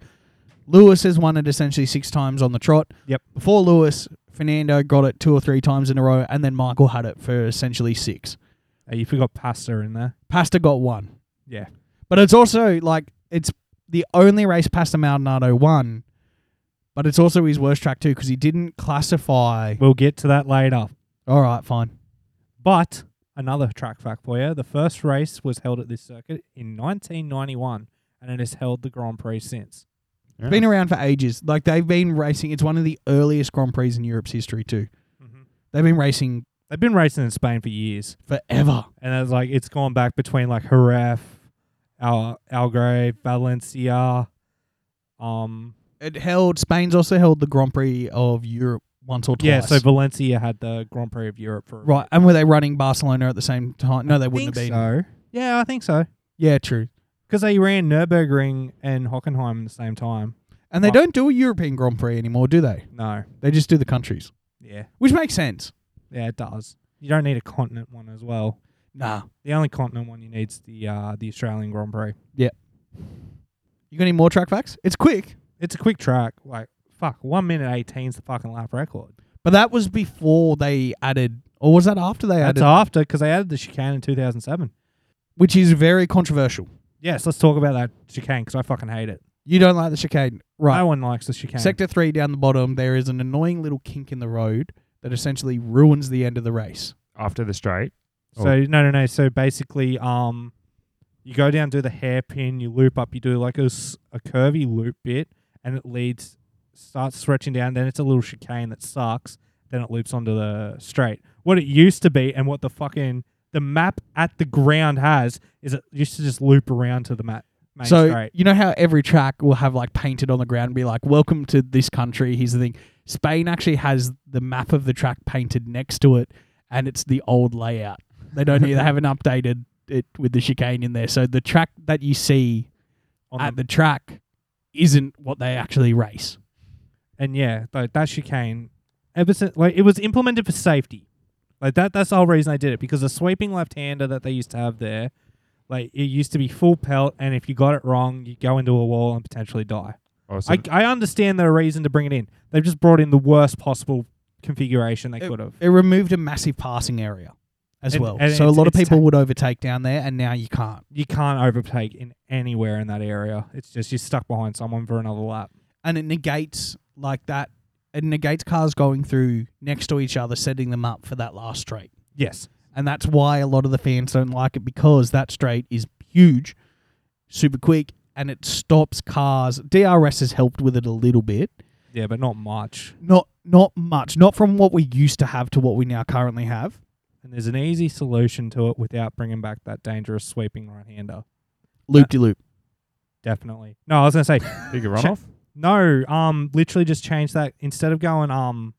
[SPEAKER 1] Lewis has won it essentially six times on the trot.
[SPEAKER 3] Yep.
[SPEAKER 1] Before Lewis, Fernando got it two or three times in a row, and then Michael had it for essentially six.
[SPEAKER 3] Uh, you forgot Pasta in there.
[SPEAKER 1] Pasta got one.
[SPEAKER 3] Yeah.
[SPEAKER 1] But it's also like it's the only race Pastor Maldonado won, but it's also his worst track too because he didn't classify.
[SPEAKER 3] We'll get to that later.
[SPEAKER 1] All right, fine.
[SPEAKER 3] But another track fact for you: the first race was held at this circuit in 1991, and it has held the Grand Prix since.
[SPEAKER 2] Yeah.
[SPEAKER 1] Been around for ages. Like they've been racing. It's one of the earliest Grand Prix in Europe's history too. They've been racing
[SPEAKER 3] They've been racing in Spain for years,
[SPEAKER 1] forever.
[SPEAKER 3] and it's like it's gone back between like Jerez, Al Algrave, Valencia. Um,
[SPEAKER 1] It held Spain's also held the Grand Prix of Europe once or twice.
[SPEAKER 3] yeah, so Valencia had the Grand Prix of Europe for a
[SPEAKER 1] right, and were they running Barcelona at the same time? No, they
[SPEAKER 3] I
[SPEAKER 1] wouldn't have
[SPEAKER 3] think
[SPEAKER 1] been.
[SPEAKER 3] so. Yeah, I think so
[SPEAKER 1] Yeah, true.
[SPEAKER 3] because they ran Nurburgring and Hockenheim at the same time.
[SPEAKER 1] And they
[SPEAKER 3] Right.
[SPEAKER 1] don't do a European Grand Prix anymore, do they?
[SPEAKER 3] No,
[SPEAKER 1] They just do the countries,
[SPEAKER 3] yeah,
[SPEAKER 1] which makes sense.
[SPEAKER 3] yeah, it does. You don't need a continent one as well.
[SPEAKER 1] Nah.
[SPEAKER 3] The only continent one you need's the uh, the Australian Grand Prix.
[SPEAKER 1] You got any more track facts? It's quick.
[SPEAKER 3] It's a quick track. Like fuck, one minute eighteen's the fucking lap record.
[SPEAKER 1] But that was before they added, or was that after they
[SPEAKER 3] That's
[SPEAKER 1] added?
[SPEAKER 3] after because they added the chicane in two thousand seven.
[SPEAKER 1] Which is very controversial.
[SPEAKER 3] Yes, let's talk about that chicane because I fucking hate it.
[SPEAKER 1] You don't like the chicane, right?
[SPEAKER 3] No one likes the chicane.
[SPEAKER 1] Sector three down the bottom, there is an annoying little kink in the road that essentially ruins the end of the race.
[SPEAKER 2] After the straight.
[SPEAKER 3] so no, no, no. So basically, um, you go down, do the hairpin, you loop up, you do like a, s- a curvy loop bit, and it leads starts stretching down. Then it's a little chicane that sucks. Then it loops onto the straight. What it used to be, and what the fucking the map at the ground has is it used to just loop around to the map. Main
[SPEAKER 1] so
[SPEAKER 3] straight.
[SPEAKER 1] you know how every track will have like painted on the ground and be like, "Welcome to this country." Here's the thing: Spain actually has the map of the track painted next to it, and it's the old layout. They don't they haven't updated it with the chicane in there. So the track that you see
[SPEAKER 3] On
[SPEAKER 1] at
[SPEAKER 3] the,
[SPEAKER 1] the track isn't what they actually race.
[SPEAKER 3] and yeah, like that chicane. Ever since, like it was implemented for safety. Like that that's the whole reason I did it because the sweeping left hander that they used to have there, like it used to be full pelt, and if you got it wrong, you go into a wall and potentially die.
[SPEAKER 2] Oh, so
[SPEAKER 3] I, I understand the reason to bring it in. They've just brought in the worst possible configuration they could have.
[SPEAKER 1] It removed a massive passing area as
[SPEAKER 3] And-
[SPEAKER 1] well.
[SPEAKER 3] and
[SPEAKER 1] so a
[SPEAKER 3] it's-
[SPEAKER 1] lot of
[SPEAKER 3] it's
[SPEAKER 1] people
[SPEAKER 3] ta-
[SPEAKER 1] would overtake down there, and now you can't.
[SPEAKER 3] You can't overtake in anywhere in that area. It's just you're stuck behind someone for another lap.
[SPEAKER 1] And it negates like that. It negates cars going through next to each other, setting them up for that last straight.
[SPEAKER 3] Yes.
[SPEAKER 1] And that's why a lot of the fans don't like it because that straight is huge, super quick, and it stops cars. DRS has helped with it a little bit.
[SPEAKER 3] Yeah, but not much.
[SPEAKER 1] Not not much. Not from what we used to have to what we now currently have.
[SPEAKER 3] And there's an easy solution to it without bringing back that dangerous sweeping right hander.
[SPEAKER 1] Loop de loop.
[SPEAKER 3] Definitely. No, I was gonna say
[SPEAKER 2] bigger
[SPEAKER 3] Check-
[SPEAKER 2] runoff.
[SPEAKER 3] No, um, literally just change that instead of going um,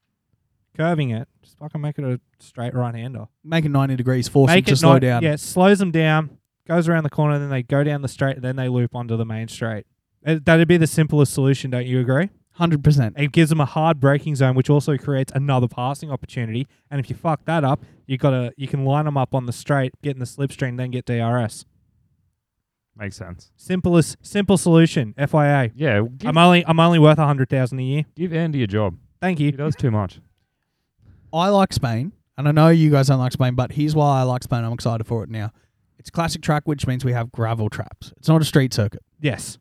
[SPEAKER 3] curving it, just fucking make it a straight right hander.
[SPEAKER 1] Make it ninety degrees, force
[SPEAKER 3] Make
[SPEAKER 1] them
[SPEAKER 3] it
[SPEAKER 1] to slow
[SPEAKER 3] not-
[SPEAKER 1] down.
[SPEAKER 3] Yeah, slows them down, goes around the corner, then they go down the straight, then they loop onto the main straight. Uh, That'd be the simplest solution, don't you agree?
[SPEAKER 1] Hundred percent.
[SPEAKER 3] It gives them a hard braking zone, which also creates another passing opportunity. And if you fuck that up, you gotta you can line them up on the straight, get in the slipstream, then get DRS.
[SPEAKER 2] Makes sense.
[SPEAKER 3] Simplest, simple solution. FYA.
[SPEAKER 2] Yeah, well, give,
[SPEAKER 3] I'm only, I'm only worth a hundred thousand a year.
[SPEAKER 2] give Andy a job.
[SPEAKER 3] Thank
[SPEAKER 2] He
[SPEAKER 3] you.
[SPEAKER 2] does too much.
[SPEAKER 1] I like Spain, and I know you guys don't like Spain, but here's why I like Spain. I'm excited for it now. It's classic track, which means we have gravel traps. It's not a street circuit.
[SPEAKER 3] Yes,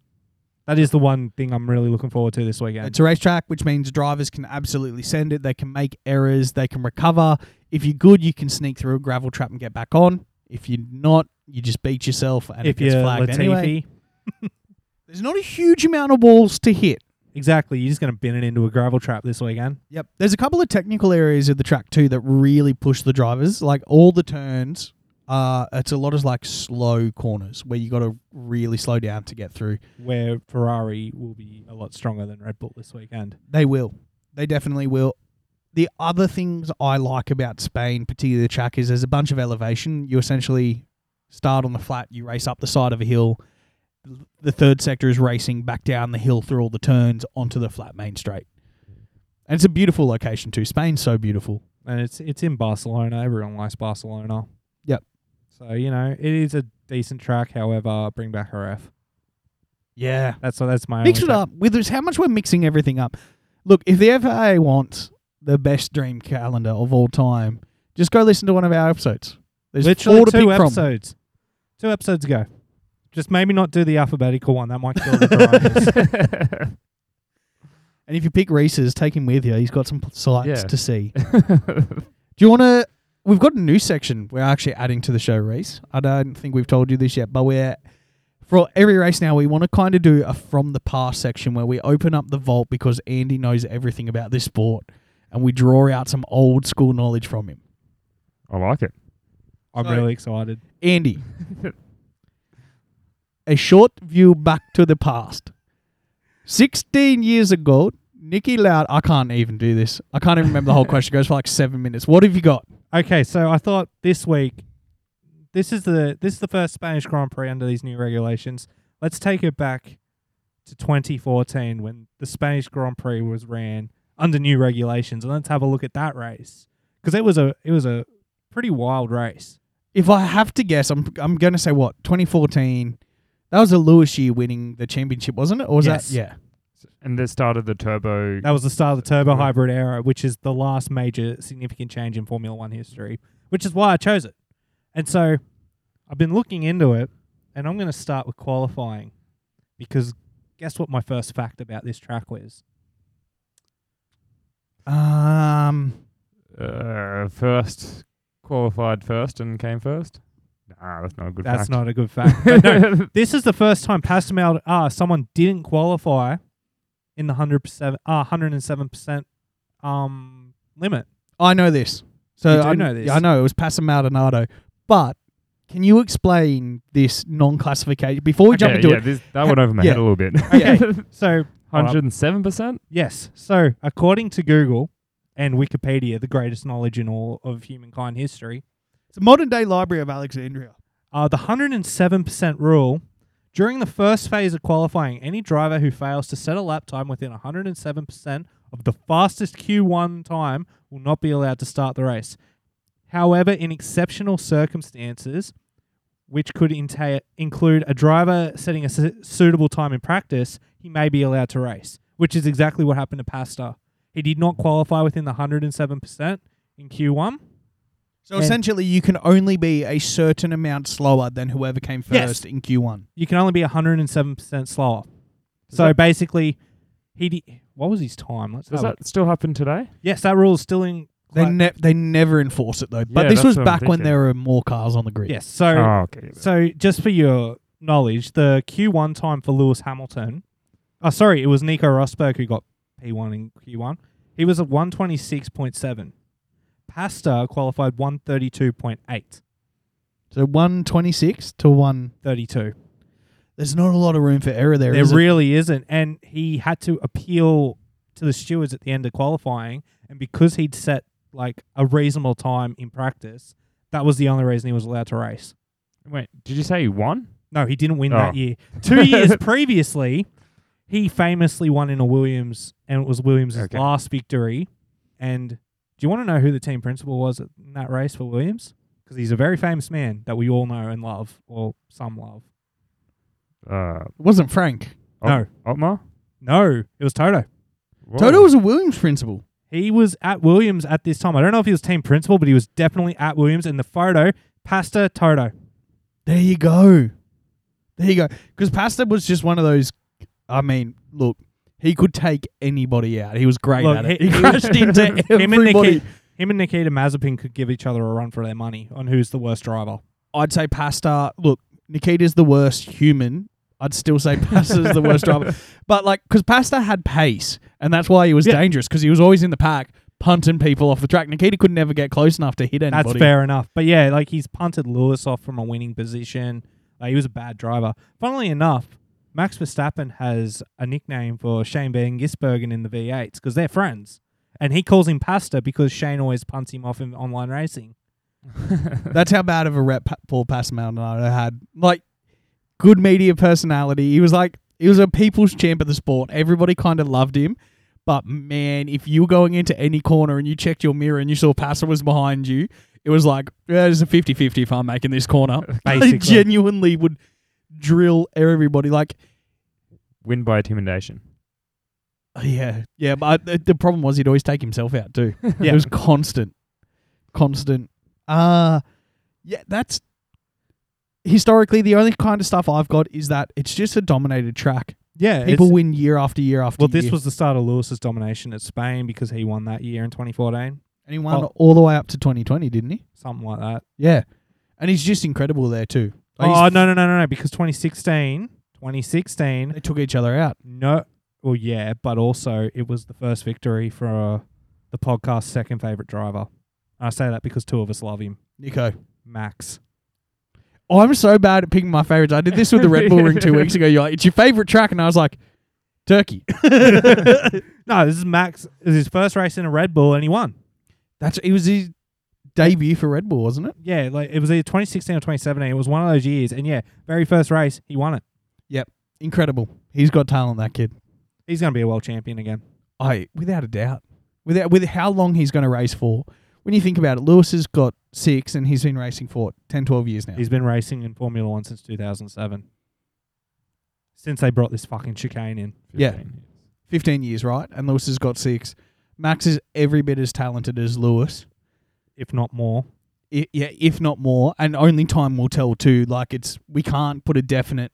[SPEAKER 3] that is the one thing I'm really looking forward to this weekend.
[SPEAKER 1] It's a racetrack, which means drivers can absolutely send it. They can make errors. They can recover. If you're good, you can sneak through a gravel trap and get back on. If you're not, you just beat yourself and it
[SPEAKER 3] if
[SPEAKER 1] gets
[SPEAKER 3] you're
[SPEAKER 1] flagged
[SPEAKER 3] Latifi,
[SPEAKER 1] anyway. There's not a huge amount of balls to hit.
[SPEAKER 3] exactly, you're just going to bin it into a gravel trap this weekend.
[SPEAKER 1] Yep. There's a couple of technical areas of the track too that really push the drivers. Like all the turns, uh, it's a lot of like slow corners where you got to really slow down to get through.
[SPEAKER 3] where Ferrari will be a lot stronger than Red Bull this weekend.
[SPEAKER 1] They will. They definitely will. The other things I like about Spain, particularly the track, is there's a bunch of elevation. You essentially start on the flat, you race up the side of a hill. The third sector is racing back down the hill through all the turns onto the flat main straight. And it's a beautiful location too. Spain's so beautiful.
[SPEAKER 3] And it's it's in Barcelona. Everyone likes Barcelona.
[SPEAKER 1] Yep.
[SPEAKER 3] So, you know, it is a decent track, however, bring back her F.
[SPEAKER 1] Yeah.
[SPEAKER 3] That's that's my
[SPEAKER 1] Mix it
[SPEAKER 3] only take.
[SPEAKER 1] up with us, how much we're mixing everything up. Look, if the FAA wants the best dream calendar of all time, just go listen to one of our episodes. There's
[SPEAKER 3] Literally
[SPEAKER 1] four to
[SPEAKER 3] two
[SPEAKER 1] pick from.
[SPEAKER 3] episodes. Two episodes ago. Just maybe not do the alphabetical one. That might kill the drivers.
[SPEAKER 1] And if you pick Reese's, take him with you. He's got some p- sights
[SPEAKER 2] Yeah.
[SPEAKER 1] to see. Do you want to? We've got a new section we're actually adding to the show, Reese. I don't think we've told you this yet, but we're for every race now. We want to kind of do a from the past section where we open up the vault because Andy knows everything about this sport, and we draw out some old school knowledge from him.
[SPEAKER 2] I like it.
[SPEAKER 3] I'm
[SPEAKER 1] Sorry.
[SPEAKER 3] really excited.
[SPEAKER 1] Andy, a short view back to the past. 16 years ago, Nikki Loud, I can't even do this. I can't even remember the whole question. It goes for like seven minutes. What have you got?
[SPEAKER 3] Okay, so I thought this week this is the this is the first Spanish Grand Prix under these new regulations. Let's take it back to 2014 when the Spanish Grand Prix was ran under new regulations and let's have a look at that race because it was a it was a pretty wild race.
[SPEAKER 1] If I have to guess, I'm I'm going to say what? 2014. That was a Lewis year winning the championship, wasn't it? Or was
[SPEAKER 3] Yes.
[SPEAKER 1] that? Yeah.
[SPEAKER 2] And this started the turbo.
[SPEAKER 3] That was the start of the turbo
[SPEAKER 2] Right.
[SPEAKER 3] hybrid era, which is the last major significant change in Formula 1 history, which is why I chose it. And so I've been looking into it, and I'm going to start with qualifying because guess what my first fact about this track was?
[SPEAKER 1] Um,
[SPEAKER 2] uh, first qualified first and came first. Nah, that's not a good.
[SPEAKER 3] That's
[SPEAKER 2] fact.
[SPEAKER 3] not a good fact. But no, this is the first time Pastamel ah someone didn't qualify in the 100% ah 107% um limit.
[SPEAKER 1] I know this. So
[SPEAKER 3] You do
[SPEAKER 1] I
[SPEAKER 3] know this.
[SPEAKER 1] Yeah, I know it was Passa Maldonado. But can you explain this non classification? Before we jump
[SPEAKER 2] Yeah,
[SPEAKER 1] into
[SPEAKER 2] yeah,
[SPEAKER 1] it,
[SPEAKER 2] this, that
[SPEAKER 1] Ha-
[SPEAKER 2] went over my
[SPEAKER 1] yeah.
[SPEAKER 2] head a little bit.
[SPEAKER 1] Okay.
[SPEAKER 3] So
[SPEAKER 2] Hundred and seven percent.
[SPEAKER 3] Yes. So, according to Google and Wikipedia, the greatest knowledge in all of humankind history,
[SPEAKER 1] it's a modern day Library of Alexandria.
[SPEAKER 3] uh, the 107% rule. During the first phase of qualifying, any driver who fails to set a lap time within 107% of the fastest Q1 time will not be allowed to start the race. However, in exceptional circumstances, which could enta- include a driver setting a su- suitable time in practice, he may be allowed to race, which is exactly what happened to Pasta. He did not qualify within the 107% in Q1.
[SPEAKER 1] So
[SPEAKER 3] And-
[SPEAKER 1] essentially, you can only be a certain amount slower than whoever came first
[SPEAKER 3] Yes.
[SPEAKER 1] in Q1.
[SPEAKER 3] you can only be 107% slower.
[SPEAKER 2] Does
[SPEAKER 3] so
[SPEAKER 2] that-
[SPEAKER 3] basically, he de- what was his time? Let's
[SPEAKER 2] Does
[SPEAKER 3] have a-
[SPEAKER 2] that still happen today?
[SPEAKER 3] yes, that rule is still in.
[SPEAKER 1] They
[SPEAKER 3] cla-
[SPEAKER 1] ne- they never enforce it though. But
[SPEAKER 2] Yeah,
[SPEAKER 1] this
[SPEAKER 2] that's
[SPEAKER 1] was
[SPEAKER 2] what I'm
[SPEAKER 1] back when
[SPEAKER 2] thinking.
[SPEAKER 1] there were more cars on the grid.
[SPEAKER 3] yes. So
[SPEAKER 2] Oh, okay.
[SPEAKER 3] so just for your knowledge, the Q1 time for Lewis Hamilton. Oh, sorry, it was Nico Rosberg who got P1 in Q1. He was at 126.7. Pasta qualified 132.8.
[SPEAKER 1] So one twenty six to one.
[SPEAKER 3] 32.
[SPEAKER 1] There's not a lot of room for error there.
[SPEAKER 3] There
[SPEAKER 1] is it?
[SPEAKER 3] really isn't. And he had to appeal to the stewards at the end of qualifying. And because he'd set like a reasonable time in practice, that was the only reason he was allowed to race.
[SPEAKER 2] Wait, did you say you won?
[SPEAKER 3] No, he didn't win
[SPEAKER 2] Oh.
[SPEAKER 3] that year. Two years previously, he famously won in a Williams, and it was Williams'
[SPEAKER 2] Okay.
[SPEAKER 3] last victory. And do you want to know who the team principal was in that race for Williams? Because he's a very famous man that we all know and love, or some love.
[SPEAKER 2] uh,
[SPEAKER 1] It wasn't Frank.
[SPEAKER 2] Ot- Otmar.
[SPEAKER 3] No, it was Toto.
[SPEAKER 2] Whoa.
[SPEAKER 1] Toto was a Williams principal.
[SPEAKER 3] He was at Williams at this time. I don't know if he was team principal, but he was definitely at Williams. And the photo, Pasta Toto.
[SPEAKER 1] There you go. There you go. Because Pasta was just one of those. I mean, look, he could take anybody out. He was great
[SPEAKER 3] Look,
[SPEAKER 1] at it.
[SPEAKER 3] he-
[SPEAKER 1] He, crashed into everybody.
[SPEAKER 3] Him and, Nikita, him and Nikita Mazepin could give each other a run for their money on who's the worst driver.
[SPEAKER 1] I'd say Pasta. Look, Nikita's the worst human. I'd still say Pasta's the worst driver. But like, because Pasta had pace, and that's why he was
[SPEAKER 3] Yeah.
[SPEAKER 1] dangerous. Because he was always in the pack, punting people off the track. Nikita could never get close enough to hit anybody.
[SPEAKER 3] That's fair enough. But yeah, like he's punted Lewis off from a winning position. Like he was a bad driver. Funnily enough, Max Verstappen has a nickname for Shane Van Gisbergen in the V8s because they're friends. And he calls him Pasta because Shane always punts him off in online racing.
[SPEAKER 1] That's how bad of a rep Pa- Paul Passamaldonado had. Like, good media personality. He was like, he was a people's champ of the sport. Everybody kind of loved him. But man, if you were going into any corner and you checked your mirror and you saw Passa was behind you, it was like, yeah, it's a 50 50 if I'm making this corner. He
[SPEAKER 3] Basically.
[SPEAKER 1] genuinely would drill everybody. Like,
[SPEAKER 2] Win by intimidation.
[SPEAKER 1] yeah, yeah. But the- the problem was he'd always take himself out too.
[SPEAKER 3] Yeah.
[SPEAKER 1] It was constant, constant. Uh yeah, that's historically the only kind of stuff I've got is that it's just a dominated track.
[SPEAKER 3] yeah.
[SPEAKER 1] People
[SPEAKER 3] it's-
[SPEAKER 1] win year after year after
[SPEAKER 3] well,
[SPEAKER 1] year.
[SPEAKER 3] this was the start of Lewis's domination at Spain because he won that year in 2014,
[SPEAKER 1] and he won
[SPEAKER 3] oh.
[SPEAKER 1] all the way up to 2020, didn't he?
[SPEAKER 3] something like that.
[SPEAKER 1] Yeah, and he's just incredible there too. Like,
[SPEAKER 3] Oh,
[SPEAKER 1] he's-
[SPEAKER 3] no, no, no, no, no. Because 2016, 2016,
[SPEAKER 1] they took each other out.
[SPEAKER 3] No, well, yeah, but also it was the first victory for uh, the podcast's second favorite driver. I say that because two of us love him,
[SPEAKER 1] Nico,
[SPEAKER 3] Max.
[SPEAKER 1] oh, I'm so bad at picking my favorites. I did this with the Red Bull Ring two weeks ago. You're like, it's your favorite track, and I was like, Turkey.
[SPEAKER 3] no, this is Max. This is his first race in a Red Bull, and he won.
[SPEAKER 1] That's it was his debut for Red Bull, wasn't it?
[SPEAKER 3] Yeah, like it was either 2016 or 2017. It was one of those years, and yeah, very first race, he won it.
[SPEAKER 1] Incredible. He's got talent, that kid.
[SPEAKER 3] He's gonna be a world champion again.
[SPEAKER 1] I without a doubt, without with how long he's going to race for. When you think about it, Lewis has got six, and he's been racing for 10, 12 years now.
[SPEAKER 3] He's been racing in Formula One since 2007, since they brought this fucking chicane in.
[SPEAKER 1] Yeah.
[SPEAKER 2] 15.
[SPEAKER 1] Fifteen years, right? And Lewis has got six. Max is every bit as talented as Lewis,
[SPEAKER 3] If not more,
[SPEAKER 1] I, yeah, if not more. And only time will tell too. Like it's we can't put a definite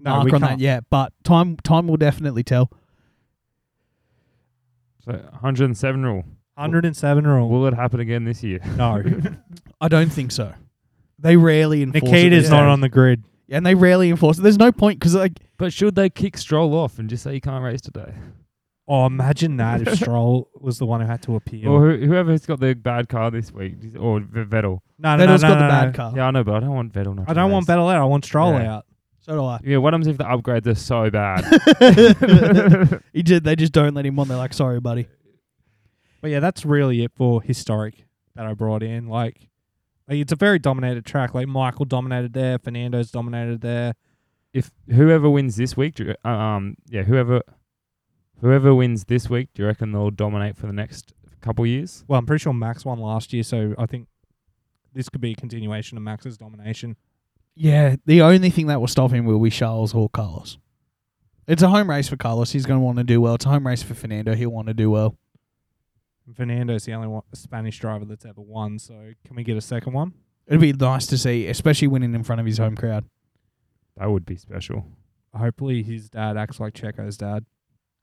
[SPEAKER 3] no,
[SPEAKER 1] mark
[SPEAKER 3] we
[SPEAKER 1] on
[SPEAKER 3] can't.
[SPEAKER 1] that yet, but time time will definitely tell.
[SPEAKER 2] So 107 rule.
[SPEAKER 3] 107 rule.
[SPEAKER 2] Will it happen again this year?
[SPEAKER 3] No.
[SPEAKER 1] I don't think so. They rarely enforce. it
[SPEAKER 3] Nikita's
[SPEAKER 1] these
[SPEAKER 3] not
[SPEAKER 1] days.
[SPEAKER 3] on the grid.
[SPEAKER 1] and they rarely enforce it. There's no point because like
[SPEAKER 2] But should they kick Stroll off and just say you can't race today?
[SPEAKER 3] Oh, imagine that if Stroll was the one who had to appeal.
[SPEAKER 2] Or who, whoever's got the bad car this week, just- or V- Vettel.
[SPEAKER 3] no, no, no,
[SPEAKER 1] Vettel's
[SPEAKER 3] no,
[SPEAKER 1] got
[SPEAKER 3] no,
[SPEAKER 1] the bad
[SPEAKER 3] no.
[SPEAKER 1] car.
[SPEAKER 2] Yeah, I know, but I don't want Vettel. Not to
[SPEAKER 3] I don't want
[SPEAKER 2] race.
[SPEAKER 3] Vettel out. I want Stroll
[SPEAKER 2] Yeah.
[SPEAKER 3] out.
[SPEAKER 1] So do I.
[SPEAKER 2] Yeah, what happens if the upgrades are so bad?
[SPEAKER 1] he did. They just don't let him on. They're like, sorry, buddy.
[SPEAKER 3] But yeah, that's really it for historic that I brought in. Like, like it's a very dominated track. Like Michael dominated there, Fernando's dominated there.
[SPEAKER 2] if whoever wins this week, do you- uh, um, yeah, whoever, whoever wins this week, do you reckon they'll dominate for the next couple years?
[SPEAKER 3] Well, I'm pretty sure Max won last year, so I think this could be a continuation of Max's domination.
[SPEAKER 1] Yeah, the only thing that will stop him will be Charles or Carlos. It's a home race for Carlos. He's going to want to do well. It's a home race for Fernando. He'll want to do well.
[SPEAKER 3] Fernando's the only one, Spanish driver that's ever won, so can we get a second one?
[SPEAKER 1] It'd be nice to see, especially winning in front of his home crowd.
[SPEAKER 2] That would be special.
[SPEAKER 3] Hopefully his dad acts like Checo's dad.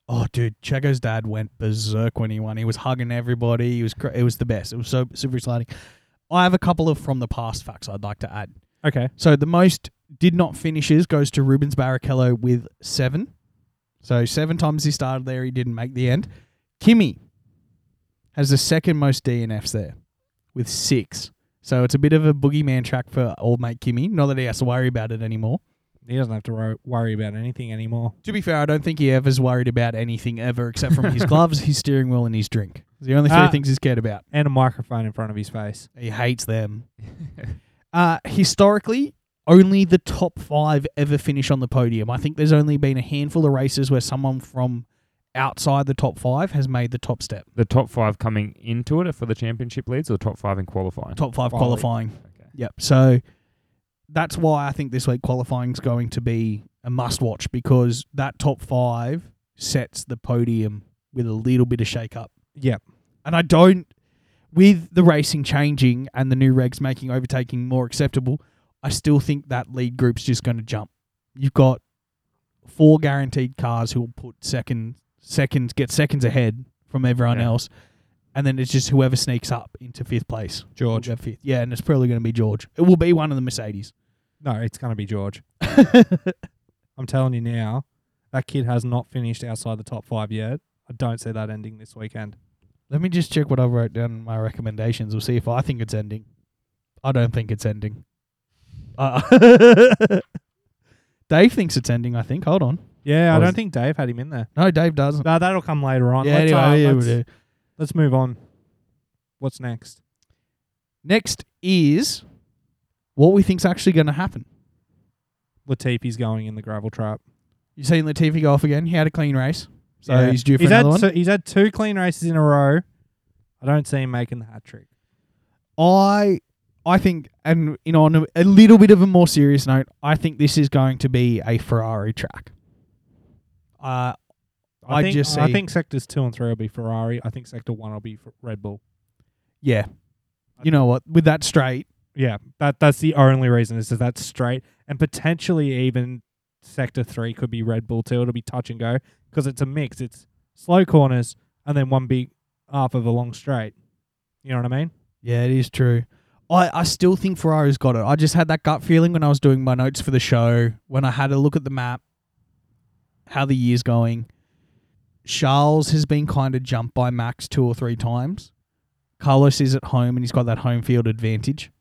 [SPEAKER 1] Oh, dude, Checo's dad went berserk when he won. He was hugging everybody. He was cr- it was the best. It was so super exciting. I have a couple of from the past facts I'd like to add.
[SPEAKER 3] Okay.
[SPEAKER 1] So the most did not finishes goes to Rubens Barrichello with seven. So seven times he started there, he didn't make the end. Kimmy has the second most DNFs there with six. So it's a bit of a boogeyman track for old mate Kimmy. Not that he has to worry about it anymore.
[SPEAKER 3] He doesn't have to wor- worry about anything anymore.
[SPEAKER 1] To be fair, I don't think he ever's worried about anything ever except from his gloves, his steering wheel, and his drink. The only three
[SPEAKER 3] Ah.
[SPEAKER 1] things he's cared about.
[SPEAKER 3] And a microphone in front of his face.
[SPEAKER 1] He hates them. uh, historically, only the top five ever finish on the podium. I think there's only been a handful of races where someone from outside the top five has made the top step,
[SPEAKER 2] The top five coming into it for the championship leads, or the top five in qualifying.
[SPEAKER 1] top five
[SPEAKER 3] Quali-
[SPEAKER 1] qualifying.
[SPEAKER 2] Okay.
[SPEAKER 1] Yep. So that's why I think this week qualifying's going to be a must watch because that top five sets the podium with a little bit of shake up.
[SPEAKER 3] Yep.
[SPEAKER 1] And I don't, with the racing changing and the new regs making overtaking more acceptable, I still think that lead group's just going to jump. You've got four guaranteed cars who will put second, seconds, get seconds ahead from everyone
[SPEAKER 2] Yeah.
[SPEAKER 1] else. And then it's just whoever sneaks up into fifth place. will
[SPEAKER 3] George.
[SPEAKER 1] go fifth. Yeah, and it's probably going to be George. It will be one of the Mercedes.
[SPEAKER 3] No, it's going to be George. I'm telling you now, that kid has not finished outside the top five yet. I don't see that ending this weekend.
[SPEAKER 1] Let me just check what I wrote down in my recommendations. We'll see if I think it's ending. I don't think it's ending. Uh, Dave thinks it's ending, I think. Hold on.
[SPEAKER 3] Yeah, I
[SPEAKER 2] Was-
[SPEAKER 3] don't think Dave had him in there.
[SPEAKER 1] No, Dave doesn't.
[SPEAKER 3] No, that'll come later on.
[SPEAKER 1] yeah,
[SPEAKER 3] let's,
[SPEAKER 1] anyway,
[SPEAKER 3] uh,
[SPEAKER 1] yeah,
[SPEAKER 3] let's,
[SPEAKER 1] we'll do.
[SPEAKER 3] let's move on. What's next?
[SPEAKER 1] Next is what we think's actually going to happen.
[SPEAKER 3] Latifi's going in the gravel trap.
[SPEAKER 1] You seen Latifi go off again? He had a clean race, so
[SPEAKER 3] Yeah.
[SPEAKER 1] he's due for
[SPEAKER 3] He's had
[SPEAKER 1] another one.
[SPEAKER 3] so he's had two clean races in a row. I don't see him making the hat trick.
[SPEAKER 1] I I think, and you know, on a, a little bit of a more serious note, I think this is going to be a Ferrari track. Uh, I
[SPEAKER 3] think,
[SPEAKER 1] just
[SPEAKER 3] I
[SPEAKER 1] see-
[SPEAKER 3] think sectors two and three will be Ferrari. I think sector one will be F- Red Bull.
[SPEAKER 1] yeah, you know what? With that straight,
[SPEAKER 3] Yeah, that that's the only reason is that that's straight and potentially even sector three could be Red Bull too. It'll be touch and go because it's a mix. It's slow corners and then one big half of a long straight. You know what I mean?
[SPEAKER 1] yeah, it is true. I, I still think Ferrari's got it. I just had that gut feeling when I was doing my notes for the show, when I had a look at the map, how the year's going. Charles has been kind of jumped by Max two or three times. Carlos is at home and he's got that home field advantage.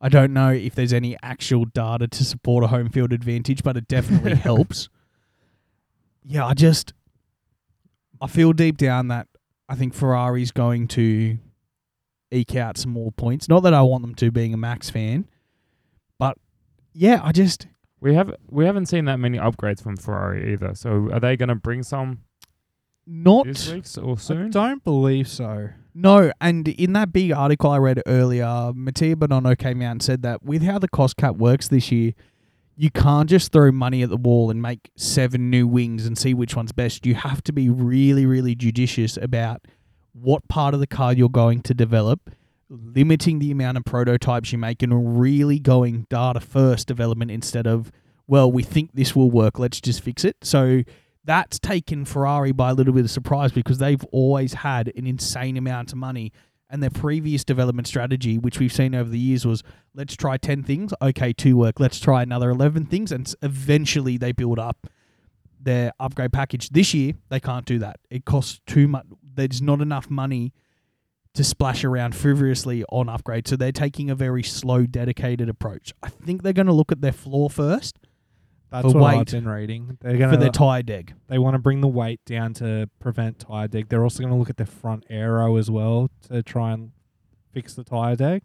[SPEAKER 1] I don't know if there's any actual data to support a home field advantage, but it definitely helps. Yeah, I just I feel deep down that I think Ferrari's going to eke out some more points. Not that I want them to being a Max fan, but yeah, I just
[SPEAKER 2] We have we haven't seen that many upgrades from Ferrari either. So are they going to bring some
[SPEAKER 1] not
[SPEAKER 2] this week or
[SPEAKER 3] I
[SPEAKER 2] soon?
[SPEAKER 3] don't believe so.
[SPEAKER 1] No, and in that big article I read earlier, Mattia Bonanno came out and said that with how the cost cap works this year, you can't just throw money at the wall and make seven new wings and see which one's best. You have to be really, really judicious about what part of the car you're going to develop, limiting the amount of prototypes you make, and really going data first development instead of, well, we think this will work, let's just fix it. So that's taken Ferrari by a little bit of surprise because they've always had an insane amount of money. And their previous development strategy, which we've seen over the years, was let's try 10 things. Okay, two work. Let's try another 11 things. And s- eventually they build up their upgrade package. This year, they can't do that. It costs too much. There's not enough money to splash around frivolously on upgrades. So they're taking a very slow, dedicated approach. I think they're going to look at their floor first
[SPEAKER 3] That's
[SPEAKER 1] For
[SPEAKER 3] what I've
[SPEAKER 1] weight.
[SPEAKER 3] been reading. They're gonna
[SPEAKER 1] for their tire deg.
[SPEAKER 3] they want to bring the weight down to prevent tire deg. They're also going to look at their front aero as well to try and fix the tire deg.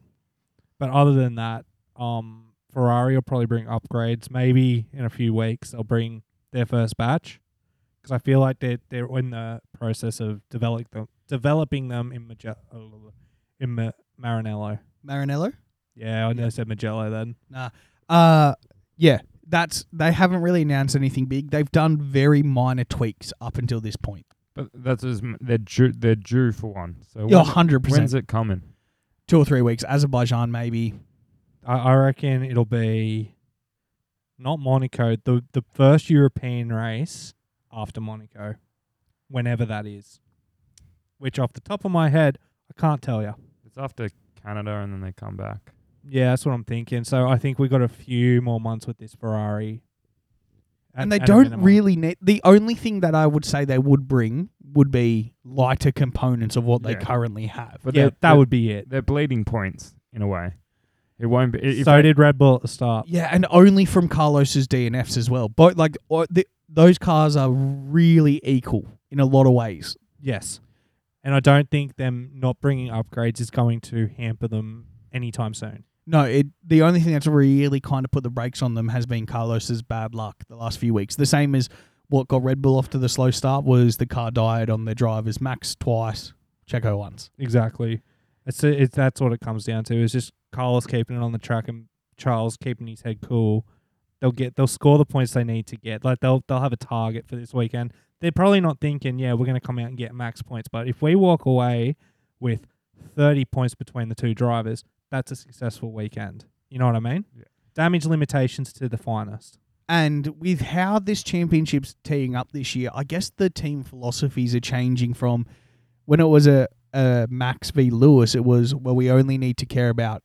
[SPEAKER 3] But other than that, um, Ferrari will probably bring upgrades. Maybe in a few weeks they'll bring their first batch because I feel like they're they're in the process of develop them, developing them in Mage- in Ma- Maranello.
[SPEAKER 1] Marinello?
[SPEAKER 3] Yeah, I know I said Magello then.
[SPEAKER 1] Uh yeah, that's they haven't really announced anything big. They've done very minor tweaks up until this point.
[SPEAKER 2] But that's as m- they're due they're due for one. So
[SPEAKER 1] Yeah,
[SPEAKER 2] when-
[SPEAKER 1] hundred
[SPEAKER 2] when's
[SPEAKER 1] percent.
[SPEAKER 2] it coming?
[SPEAKER 1] Two or three weeks. Azerbaijan maybe.
[SPEAKER 3] I, I reckon it'll be not Monaco, the the first European race after Monaco, whenever that is. Which off the top of my head, I can't tell you.
[SPEAKER 2] It's after Canada and then they come back.
[SPEAKER 3] Yeah, that's what I'm thinking. So I think we've got a few more months with this Ferrari. At-
[SPEAKER 1] And they
[SPEAKER 3] at a
[SPEAKER 1] don't
[SPEAKER 3] minimum.
[SPEAKER 1] really need the only thing that I would say they would bring would be lighter components of what they
[SPEAKER 2] Yeah.
[SPEAKER 1] currently have.
[SPEAKER 2] But
[SPEAKER 3] yeah,
[SPEAKER 2] they're,
[SPEAKER 3] that
[SPEAKER 2] they're,
[SPEAKER 3] would be it.
[SPEAKER 2] they're bleeding points in a way. It won't be. If
[SPEAKER 3] so
[SPEAKER 2] they-
[SPEAKER 3] did Red Bull at the start.
[SPEAKER 1] Yeah, and only from Carlos's DNFs as well. Both like or the, those cars are really equal in a lot of ways.
[SPEAKER 3] Yes. And I don't think them not bringing upgrades is going to hamper them anytime soon.
[SPEAKER 1] No, it the only thing that's really kind of put the brakes on them has been Carlos's bad luck the last few weeks. The same as what got Red Bull off to the slow start was the car died on their drivers Max twice, Checo once.
[SPEAKER 3] Exactly. It's, it's that's what it comes down to. Is just Carlos keeping it on the track and Charles keeping his head cool, they'll get they'll score the points they need to get. Like they'll they'll have a target for this weekend. They're probably not thinking, yeah, we're going to come out and get max points. But if we walk away with 30 points between the two drivers, that's a successful weekend. You know what I mean?
[SPEAKER 2] Yeah.
[SPEAKER 3] Damage limitations to the finest.
[SPEAKER 1] And with how this championship's teeing up this year, I guess the team philosophies are changing from when it was a, a Max v Lewis, it was, well, we only need to care about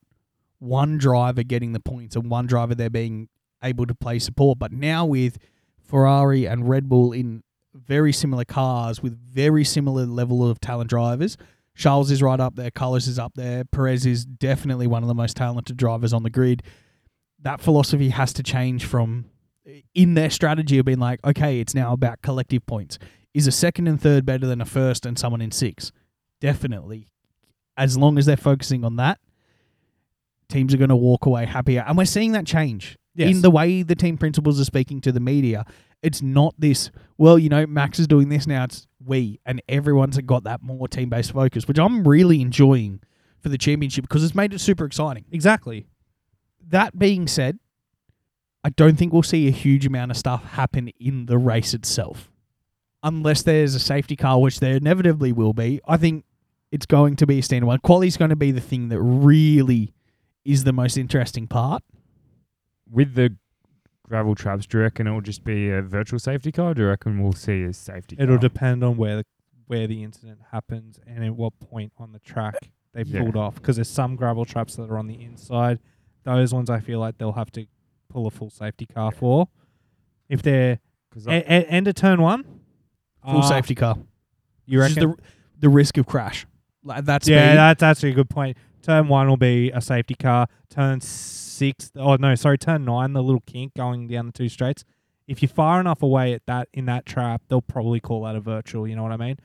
[SPEAKER 1] one driver getting the points and one driver there being able to play support. But now with Ferrari and Red Bull in very similar cars with very similar level of talent drivers, Charles is right up there, Carlos is up there, Perez is definitely one of the most talented drivers on the grid. That philosophy has to change from in their strategy of being like, okay, it's now about collective points. Is a second and third better than a first and someone in six? Definitely. As long as they're focusing on that, teams are going to walk away happier. And we're seeing that change
[SPEAKER 3] Yes.
[SPEAKER 1] in the way the team principals are speaking to the media. It's not this, well, you know, Max is doing this now. It's we. And everyone's got that more team based focus, which I'm really enjoying for the championship because it's made it super exciting.
[SPEAKER 3] exactly.
[SPEAKER 1] That being said, I don't think we'll see a huge amount of stuff happen in the race itself. Unless there's a safety car, which there inevitably will be. I think it's going to be a standard one. Quali's going to be the thing that really is the most interesting part.
[SPEAKER 2] With the gravel traps, do you reckon it'll just be a virtual safety car? Or do you reckon we'll see a safety
[SPEAKER 3] It'll
[SPEAKER 2] car?
[SPEAKER 3] depend on where the, where the incident happens and at what point on the track they
[SPEAKER 2] Yeah.
[SPEAKER 3] pulled off. Because there's some gravel traps that are on the inside. Those ones I feel like they'll have to pull a full safety car for. If they're
[SPEAKER 2] 'Cause
[SPEAKER 3] a-
[SPEAKER 2] I-
[SPEAKER 3] a- end of turn one,
[SPEAKER 1] Full
[SPEAKER 3] ah,
[SPEAKER 1] safety car.
[SPEAKER 3] You
[SPEAKER 1] Which is
[SPEAKER 3] reckon?
[SPEAKER 1] the, the risk of crash. Like that's
[SPEAKER 3] yeah,
[SPEAKER 1] been-
[SPEAKER 3] that's actually a good point. Turn one will be a safety car. Turn six, oh no, sorry, turn nine, the little kink going down the two straights. If you're far enough away at that in that trap, they'll probably call that a virtual. You know what I mean?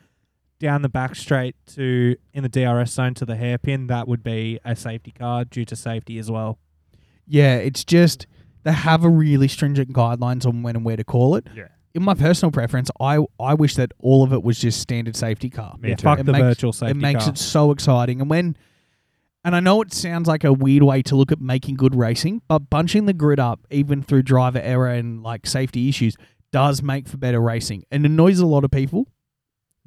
[SPEAKER 3] Down the back straight to in the DRS zone to the hairpin, that would be a safety car due to safety as well.
[SPEAKER 1] yeah, it's just they have a really stringent guidelines on when and where to call it.
[SPEAKER 2] yeah,
[SPEAKER 1] In my personal preference, I I wish that all of it was just standard safety car.
[SPEAKER 2] me
[SPEAKER 3] yeah,
[SPEAKER 2] too.
[SPEAKER 3] fuck
[SPEAKER 1] It
[SPEAKER 3] the
[SPEAKER 1] makes-
[SPEAKER 3] virtual safety
[SPEAKER 1] it makes
[SPEAKER 3] car.
[SPEAKER 1] it so exciting and when and i know it sounds like a weird way to look at making good racing but bunching the grid up even through driver error and like safety issues does make for better racing and annoys a lot of people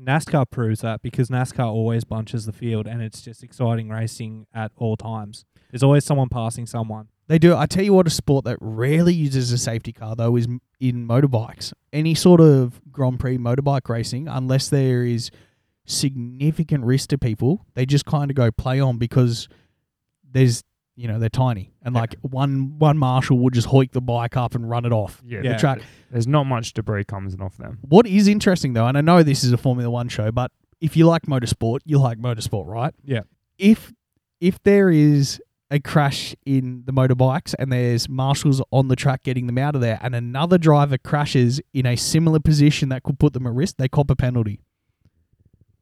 [SPEAKER 3] NASCAR proves that because NASCAR always bunches the field and it's just exciting racing at all times. There's always someone passing someone.
[SPEAKER 1] they do i tell you what a sport that rarely uses a safety car though is m- in motorbikes any sort of grand prix motorbike racing unless there is significant risk to people they just kind of go play on because there's you know they're tiny and
[SPEAKER 2] Yeah.
[SPEAKER 1] like one one marshal will just hoik the bike up and run it off
[SPEAKER 2] yeah,
[SPEAKER 1] the
[SPEAKER 3] Yeah.
[SPEAKER 1] track.
[SPEAKER 2] There's not much debris comes off them.
[SPEAKER 1] What is interesting though, and I know this is a Formula One show, but if you like motorsport, you like motorsport, right?
[SPEAKER 3] Yeah.
[SPEAKER 1] If if there is a crash in the motorbikes and there's marshals on the track getting them out of there, and another driver crashes in a similar position that could put them at risk, they cop a penalty.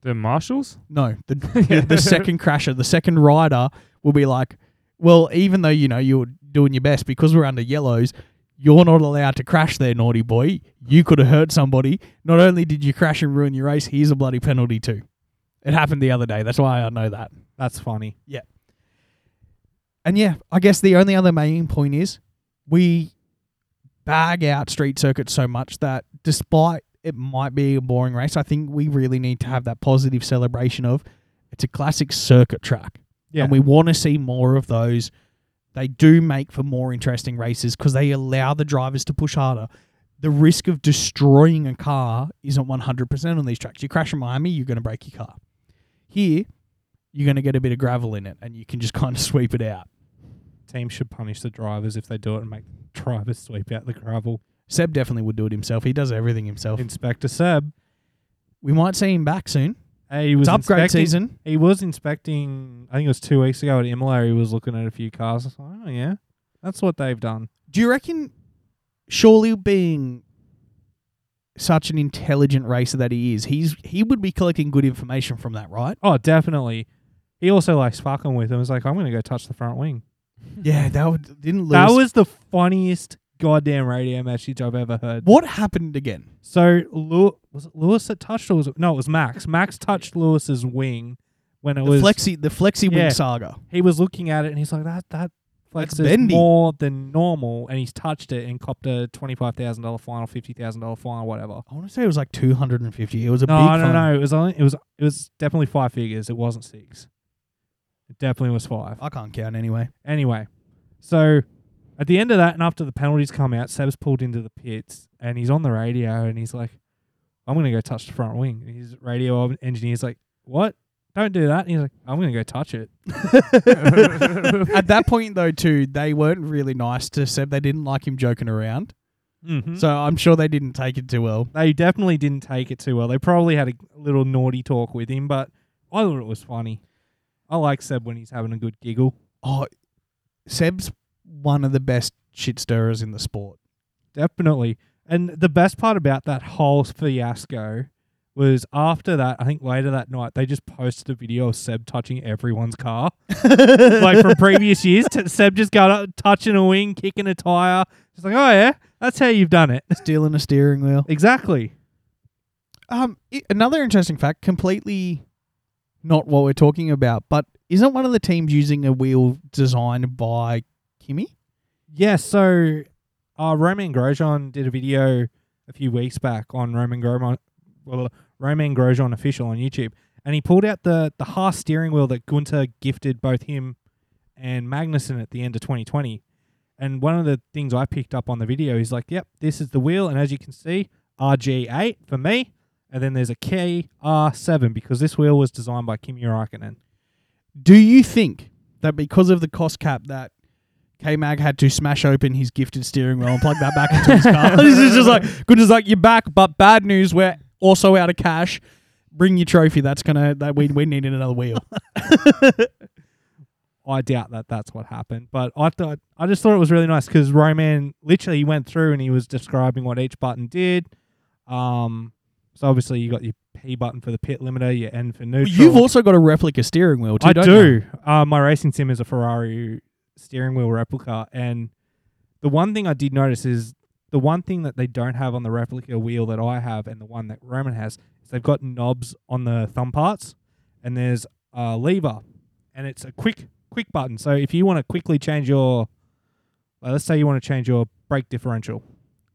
[SPEAKER 2] The marshals?
[SPEAKER 1] No, the the, the second crasher, the second rider will be like, well, even though you know you're doing your best because we're under yellows, you're not allowed to crash there, naughty boy. You could have hurt somebody. Not only did you crash and ruin your race, here's a bloody penalty too. It happened the other day. That's why I know that.
[SPEAKER 3] That's funny.
[SPEAKER 1] And yeah, I guess the only other main point is we bag out street circuits so much that despite it might be a boring race, I think we really need to have that positive celebration of it's a classic circuit track.
[SPEAKER 3] Yeah.
[SPEAKER 1] And we want to see more of those. They do make for more interesting races because they allow the drivers to push harder. The risk of destroying a car isn't 100% on these tracks. You crash in Miami, you're going to break your car. Here, you're going to get a bit of gravel in it and you can just kind of sweep it out.
[SPEAKER 3] Teams should punish the drivers if they do it and make the drivers sweep out the gravel.
[SPEAKER 1] Seb definitely would do it himself. He does everything himself.
[SPEAKER 3] Inspector Seb,
[SPEAKER 1] We might see him back soon.
[SPEAKER 3] hey, he was
[SPEAKER 1] It's upgrade
[SPEAKER 3] inspecting-
[SPEAKER 1] season.
[SPEAKER 3] He was inspecting. I think it was two weeks ago at Imola. He was looking at a few cars. I was like, oh yeah, that's what they've done.
[SPEAKER 1] Do you reckon, surely being such an intelligent racer that he is, he's he would be collecting good information from that, right?
[SPEAKER 3] Oh, definitely. He also likes fucking with him. He's like, I'm gonna go touch the front wing.
[SPEAKER 1] Yeah, Hmm. that would, didn't lose.
[SPEAKER 3] That was the funniest goddamn radio message I've ever heard.
[SPEAKER 1] what happened again.
[SPEAKER 3] So Lew- was it Lewis that touched, or was it, no? It was Max. Max touched Lewis's wing when it
[SPEAKER 1] The
[SPEAKER 3] was
[SPEAKER 1] flexi, the flexi wing
[SPEAKER 3] Yeah.
[SPEAKER 1] saga.
[SPEAKER 3] he was looking at it and he's like, that that flexes
[SPEAKER 1] That's bendy.
[SPEAKER 3] more than normal, and he's touched it and copped a twenty-five thousand dollar fine or fifty thousand dollar fine or whatever.
[SPEAKER 1] I want to say it was like 250. It was a
[SPEAKER 3] No,
[SPEAKER 1] big
[SPEAKER 3] no,
[SPEAKER 1] fine.
[SPEAKER 3] no. It was only it was it was definitely five figures. It wasn't six. It definitely was five.
[SPEAKER 1] I can't count anyway.
[SPEAKER 3] Anyway, so at the end of that, and after the penalties come out, Seb's pulled into the pits, and he's on the radio, and he's like, "I'm gonna go touch the front wing." And his radio engineer's like, "What? Don't do that." And he's like, "I'm gonna go touch it."
[SPEAKER 2] Uh,
[SPEAKER 1] At that point, though, too, they weren't really nice to Seb. They didn't like him joking around.
[SPEAKER 3] Mm-hmm.
[SPEAKER 1] So I'm sure they didn't take it too well.
[SPEAKER 3] they definitely didn't take it too well. They probably had a little naughty talk with him, but I thought it was funny. I like Seb when he's having a good giggle.
[SPEAKER 1] Oh, Seb's one of the best shit stirrers in the sport.
[SPEAKER 3] Definitely. And the best part about that whole fiasco was after that, I think later that night, they just posted a video of Seb touching everyone's car. like from previous years, t- Seb just got up, touching a wing, kicking a tire. Just like, oh, yeah, that's how you've done it.
[SPEAKER 1] Stealing a steering wheel.
[SPEAKER 3] Exactly.
[SPEAKER 1] Um, i another interesting fact, completely not what we're talking about, but isn't one of the teams using a wheel designed by Kimi?
[SPEAKER 3] Yeah, so uh, Roman Grosjean did a video a few weeks back on Roman Grosjean, well, Roman Grosjean official on YouTube, and he pulled out the the Haas steering wheel that Gunter gifted both him and Magnussen at the end of 2020. And one of the things I picked up on the video is like, yep, this is the wheel, and as you can see, RG8 for me, and then there's a KR7 because this wheel was designed by Kimi Raikkonen.
[SPEAKER 1] Do you think that because of the cost cap that K Mag had to smash open his gifted steering wheel and plug that back into his car? this is just like good as like you're back, but bad news, we're also out of cash. Bring your trophy. That's gonna that we we needed another wheel.
[SPEAKER 3] I doubt that that's what happened, but I thought I just thought it was really nice because Roman literally he went through and he was describing what each button did. Um, so obviously you got your P button for the pit limiter, your N for neutral.
[SPEAKER 1] You've also got a replica steering wheel too.
[SPEAKER 3] I
[SPEAKER 1] don't you?
[SPEAKER 3] do. Uh, my racing sim is a Ferrari steering wheel replica, and the one thing I did notice is the one thing that they don't have on the replica wheel that I have, and the one that Roman has, is they've got knobs on the thumb parts, and there's a lever, and it's a quick quick button. So if you want to quickly change your, well, let's say you want to change your brake differential,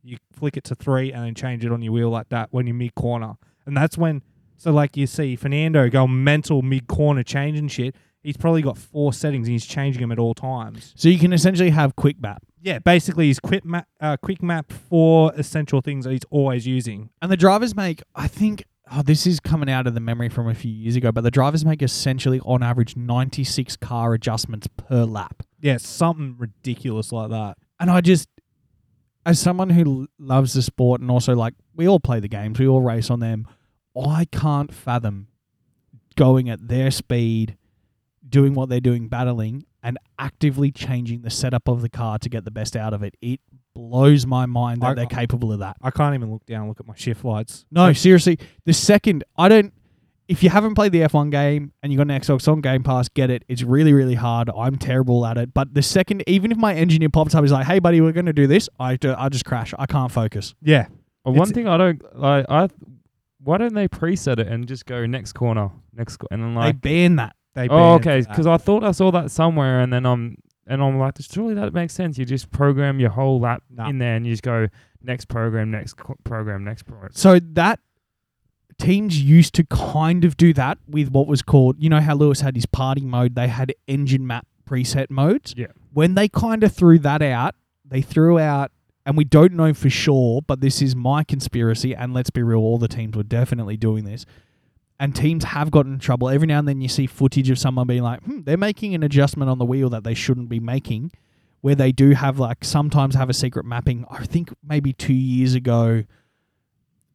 [SPEAKER 3] you flick it to three and then change it on your wheel like that when you're mid corner, and that's when so like you see Fernando go mental mid corner changing shit. He's probably got four settings and he's changing them at all times.
[SPEAKER 1] So you can essentially have quick map.
[SPEAKER 3] Yeah, basically he's quick map, uh, quick map four essential things that he's always using.
[SPEAKER 1] And the drivers make, I think, oh, this is coming out of the memory from a few years ago, but the drivers make essentially on average 96 car adjustments per lap.
[SPEAKER 3] Yeah, something ridiculous like that.
[SPEAKER 1] And I just, as someone who l- loves the sport and also like, we all play the games, we all race on them, I can't fathom going at their speed, doing what they're doing, battling, and actively changing the setup of the car to get the best out of it. It blows my mind that
[SPEAKER 3] I-
[SPEAKER 1] they're capable of that.
[SPEAKER 3] I can't even look down and look at my shift lights.
[SPEAKER 1] No, seriously. The second I don't if you haven't played the F1 game and you got an Xbox on Game Pass, get it. It's really, really hard. I'm terrible at it. But the second, even if my engineer pops up, he's like, "Hey, buddy, we're going to do this," I, do, I just crash. I can't focus.
[SPEAKER 3] Yeah,
[SPEAKER 2] Uh, one
[SPEAKER 3] It's-
[SPEAKER 2] thing I don't like, I why don't they preset it and just go next corner, next, co- and then like,
[SPEAKER 1] they ban that.
[SPEAKER 3] they.
[SPEAKER 2] oh,
[SPEAKER 3] banned
[SPEAKER 2] okay,
[SPEAKER 3] that.
[SPEAKER 2] because I thought I saw that somewhere, and then I'm and I'm like, surely that makes sense. You just program your whole lap
[SPEAKER 3] Nah.
[SPEAKER 2] in there, and you just go next program, next co- program, next program.
[SPEAKER 1] So that teams used to kind of do that with what was called, you know, how Lewis had his party mode. They had engine map preset modes.
[SPEAKER 2] Yeah.
[SPEAKER 1] When they kind of threw that out, they threw out, and we don't know for sure, but this is my conspiracy. And let's be real, all the teams were definitely doing this. And teams have gotten in trouble. Every now and then you see footage of someone being like, hmm, they're making an adjustment on the wheel that they shouldn't be making, where they do have, like, sometimes have a secret mapping. I think maybe two years ago,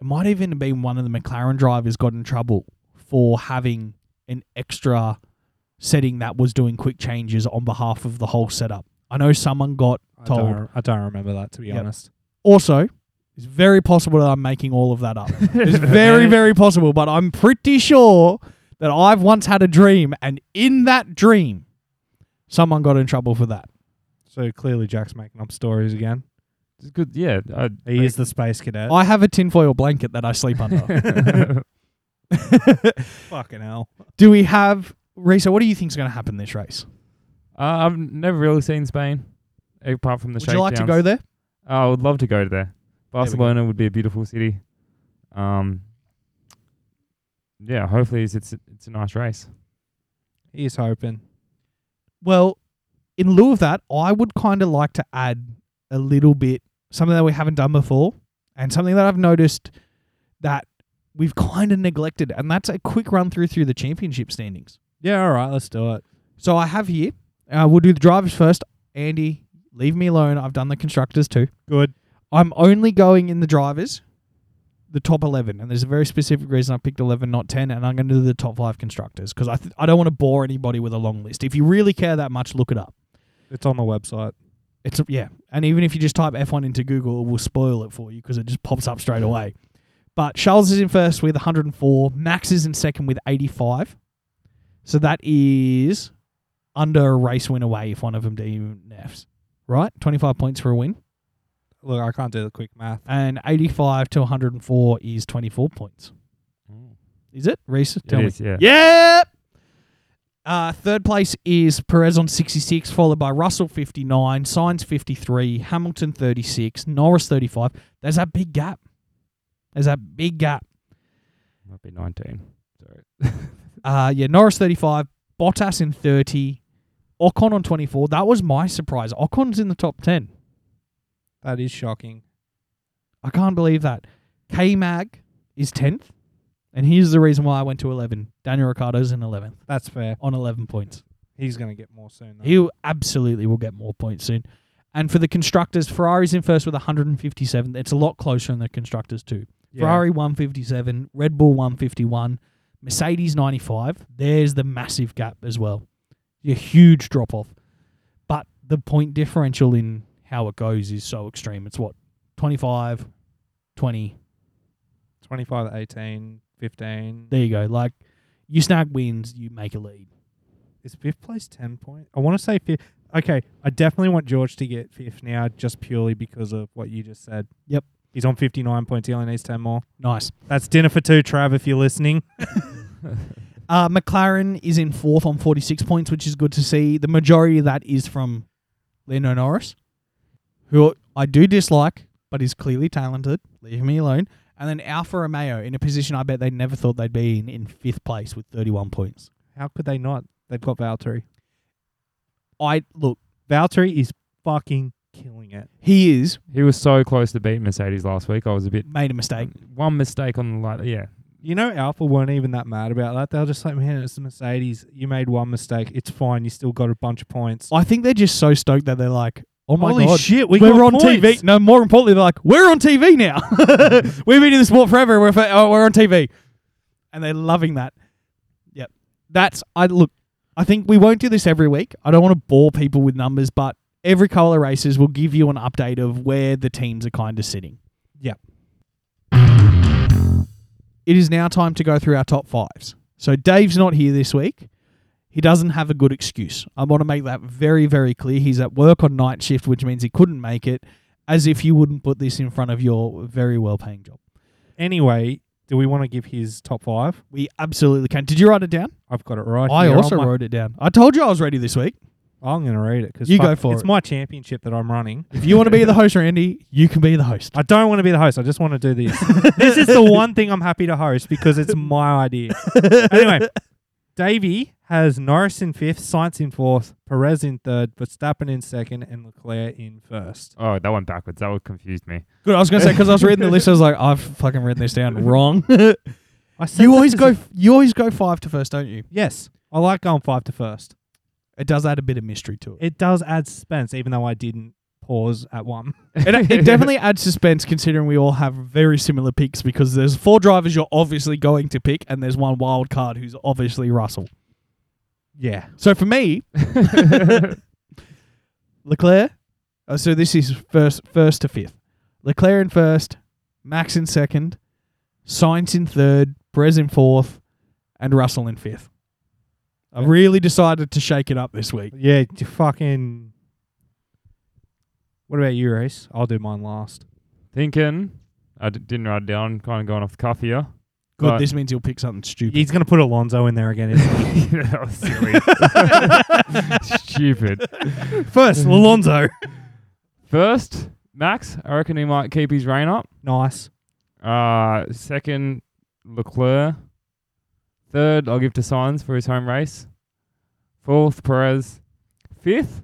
[SPEAKER 1] it might even have been one of the McLaren drivers got in trouble for having an extra setting that was doing quick changes on behalf of the whole setup. I know someone got
[SPEAKER 3] I
[SPEAKER 1] told.
[SPEAKER 3] don't, I don't remember that to be
[SPEAKER 1] Yep.
[SPEAKER 3] honest.
[SPEAKER 1] Also, it's very possible that I'm making all of that up. it's very, very possible, but I'm pretty sure that I've once had a dream, and in that dream, someone got in trouble for that.
[SPEAKER 3] So clearly, Jack's making up stories again.
[SPEAKER 2] It's good, yeah. I,
[SPEAKER 3] He is the space cadet.
[SPEAKER 1] I have a tinfoil blanket that I sleep under.
[SPEAKER 2] Uh,
[SPEAKER 3] Fucking hell.
[SPEAKER 1] do we have, Risa, what do you think's going to happen this race?
[SPEAKER 2] Uh, I've never really seen Spain, apart from the
[SPEAKER 1] Would you like to
[SPEAKER 2] shakedowns.
[SPEAKER 1] go
[SPEAKER 2] Oh,
[SPEAKER 1] there?
[SPEAKER 2] I would love to go to there.
[SPEAKER 1] we go.
[SPEAKER 2] Barcelona would be a beautiful city. Um, yeah, hopefully it's it's, it's a nice race.
[SPEAKER 3] He's hoping.
[SPEAKER 1] Well, in lieu of that, I would kind of like to add a little bit something that we haven't done before and something that I've noticed that we've kind of neglected and that's a quick run through through the championship standings.
[SPEAKER 3] Yeah, all right, let's do it.
[SPEAKER 1] So I have here, uh, we'll do the drivers first. Andy, leave me alone. I've done the constructors too.
[SPEAKER 3] Good.
[SPEAKER 1] I'm only going in the drivers, the top 11. And there's a very specific reason I picked 11, not 10. And I'm going to do the top five constructors because I, th- I don't want to bore anybody with a long list. If you really care that much, look it up.
[SPEAKER 3] It's on the website.
[SPEAKER 1] It's yeah, and even if you just type F1 into Google, it will spoil it for you because it just pops up straight away. But Charles is in first with 104. Max is in second with 85. So that is under a race win away if one of them DNFs, right? 25 points for a win,
[SPEAKER 3] Look, I can't do the quick math.
[SPEAKER 1] and 85 to 104 is 24 points. Is it? Reese, tell
[SPEAKER 2] It
[SPEAKER 1] me.
[SPEAKER 2] is, yeah.
[SPEAKER 1] Yep. Uh, third place is Perez on 66, followed by Russell 59, Signs 53, Hamilton 36, Norris 35. There's that big gap. There's that big gap.
[SPEAKER 2] Might be 19. Sorry.
[SPEAKER 1] Uh, yeah, Norris 35, Bottas in 30, Ocon on 24. That was my surprise. Ocon's in the top 10.
[SPEAKER 3] That is shocking.
[SPEAKER 1] I can't believe that. K Mag is 10th. And here's the reason why I went to 11. Daniel Ricciardo's in 11th
[SPEAKER 3] That's fair.
[SPEAKER 1] on 11 points.
[SPEAKER 3] He's going to get more soon. Though.
[SPEAKER 1] He absolutely will get more points soon. And for the constructors, Ferrari's in first with 157. It's a lot closer in the constructors too.
[SPEAKER 3] Yeah.
[SPEAKER 1] Ferrari 157, Red Bull 151, Mercedes 95. There's the massive gap as well. A huge drop off. But the point differential in how it goes is so extreme. It's what 25 20
[SPEAKER 3] 25 to 18, 15.
[SPEAKER 1] There you go. Like you snag wins, you make a lead.
[SPEAKER 3] Is fifth place 10 point? I want to say fifth. Okay, I definitely want George to get fifth now just purely because of what you just said.
[SPEAKER 1] Yep.
[SPEAKER 3] He's on 59 points. He only needs 10 more.
[SPEAKER 1] Nice.
[SPEAKER 3] That's dinner for two, Trav, if you're listening.
[SPEAKER 1] Uh, McLaren is in fourth on 46 points, which is good to see. The majority of that is from Lando Norris, who I do dislike, but is clearly talented. Leave me alone. And then Alfa Romeo in a position I bet they never thought they'd be in, in fifth place with 31 points.
[SPEAKER 3] How could they not? They've got Valtteri.
[SPEAKER 1] I look,
[SPEAKER 3] Valtteri is fucking killing it.
[SPEAKER 1] he is
[SPEAKER 2] He was so close to beating Mercedes last week. I was a bit.
[SPEAKER 1] made a mistake.
[SPEAKER 2] Um, One mistake on the light. Yeah.
[SPEAKER 3] You know, Alpha weren't even that mad about that. They were just like, man, it's the Mercedes. You made one mistake. It's fine. You still got a bunch of points.
[SPEAKER 1] I think they're just so stoked that they're like, oh my
[SPEAKER 3] Holy
[SPEAKER 1] god,
[SPEAKER 3] shit, we
[SPEAKER 1] we are
[SPEAKER 3] got
[SPEAKER 1] on
[SPEAKER 3] points.
[SPEAKER 1] TV. No, more importantly, they're like, we're on TV now. We've been in the sport forever. We're, fa- oh, we're on TV. And they're loving that. Yep. That's, I look, I think we won't do this every week. I don't want to bore people with numbers, but every couple of races will give you an update of where the teams are kind of sitting.
[SPEAKER 3] Yep.
[SPEAKER 1] It is now time to go through our top fives. So Dave's not here this week. He doesn't have a good excuse. I want to make that very, very clear. He's at work on night shift, which means he couldn't make it as if you wouldn't put this in front of your very well paying job.
[SPEAKER 3] Anyway, do we want to give his top five?
[SPEAKER 1] We absolutely can. Did you write it down?
[SPEAKER 3] I've got it right.
[SPEAKER 1] I
[SPEAKER 3] here on
[SPEAKER 1] also
[SPEAKER 3] my-
[SPEAKER 1] wrote it down. I told you I was ready this week.
[SPEAKER 3] I'm going to read it because
[SPEAKER 1] You go for
[SPEAKER 3] it's
[SPEAKER 1] it.
[SPEAKER 3] my championship that I'm running.
[SPEAKER 1] If you want to be the host, Randy, you can be the host.
[SPEAKER 3] I don't want to be the host. I just want to do this. this is the one thing I'm happy to host because it's my idea. anyway, Davey has Norris in fifth, Sainz in fourth, Perez in third, Verstappen in second, and Leclerc in first.
[SPEAKER 2] Oh, that went backwards. That would confused me.
[SPEAKER 1] Good. I was going to say, because I was reading the list, I was like, I've fucking written this down wrong.
[SPEAKER 3] I said
[SPEAKER 1] you
[SPEAKER 3] that
[SPEAKER 1] always
[SPEAKER 3] as
[SPEAKER 1] go
[SPEAKER 3] a-
[SPEAKER 1] you always go five to first, don't you?
[SPEAKER 3] yes, I like going five to first.
[SPEAKER 1] It does add a bit of mystery to it.
[SPEAKER 3] It does add suspense, even though I didn't pause at one.
[SPEAKER 1] It, it definitely adds suspense considering we all have very similar picks because there's four drivers you're obviously going to pick and there's one wild card who's obviously Russell.
[SPEAKER 3] Yeah.
[SPEAKER 1] So for me, Leclerc. Uh, so this is first, first to fifth. Leclerc in first, Max in second, Sainz in third, Perez in fourth, and Russell in fifth. I've really decided to shake it up this week.
[SPEAKER 3] Yeah, you fucking. What about you, Race? I'll do mine last.
[SPEAKER 2] Thinking. I d- didn't write it down. Kind of going off the cuff here.
[SPEAKER 1] Good.
[SPEAKER 2] Right.
[SPEAKER 1] This means he'll pick something stupid.
[SPEAKER 3] He's going to put Alonso in there again. isn't
[SPEAKER 2] that was silly. Stupid.
[SPEAKER 3] he? First, Alonso.
[SPEAKER 2] First, Max. I reckon he might keep his reign up.
[SPEAKER 3] nice.
[SPEAKER 2] Uh, second, Leclerc. Third, I'll give to Sainz for his home race. Fourth, Perez. Fifth,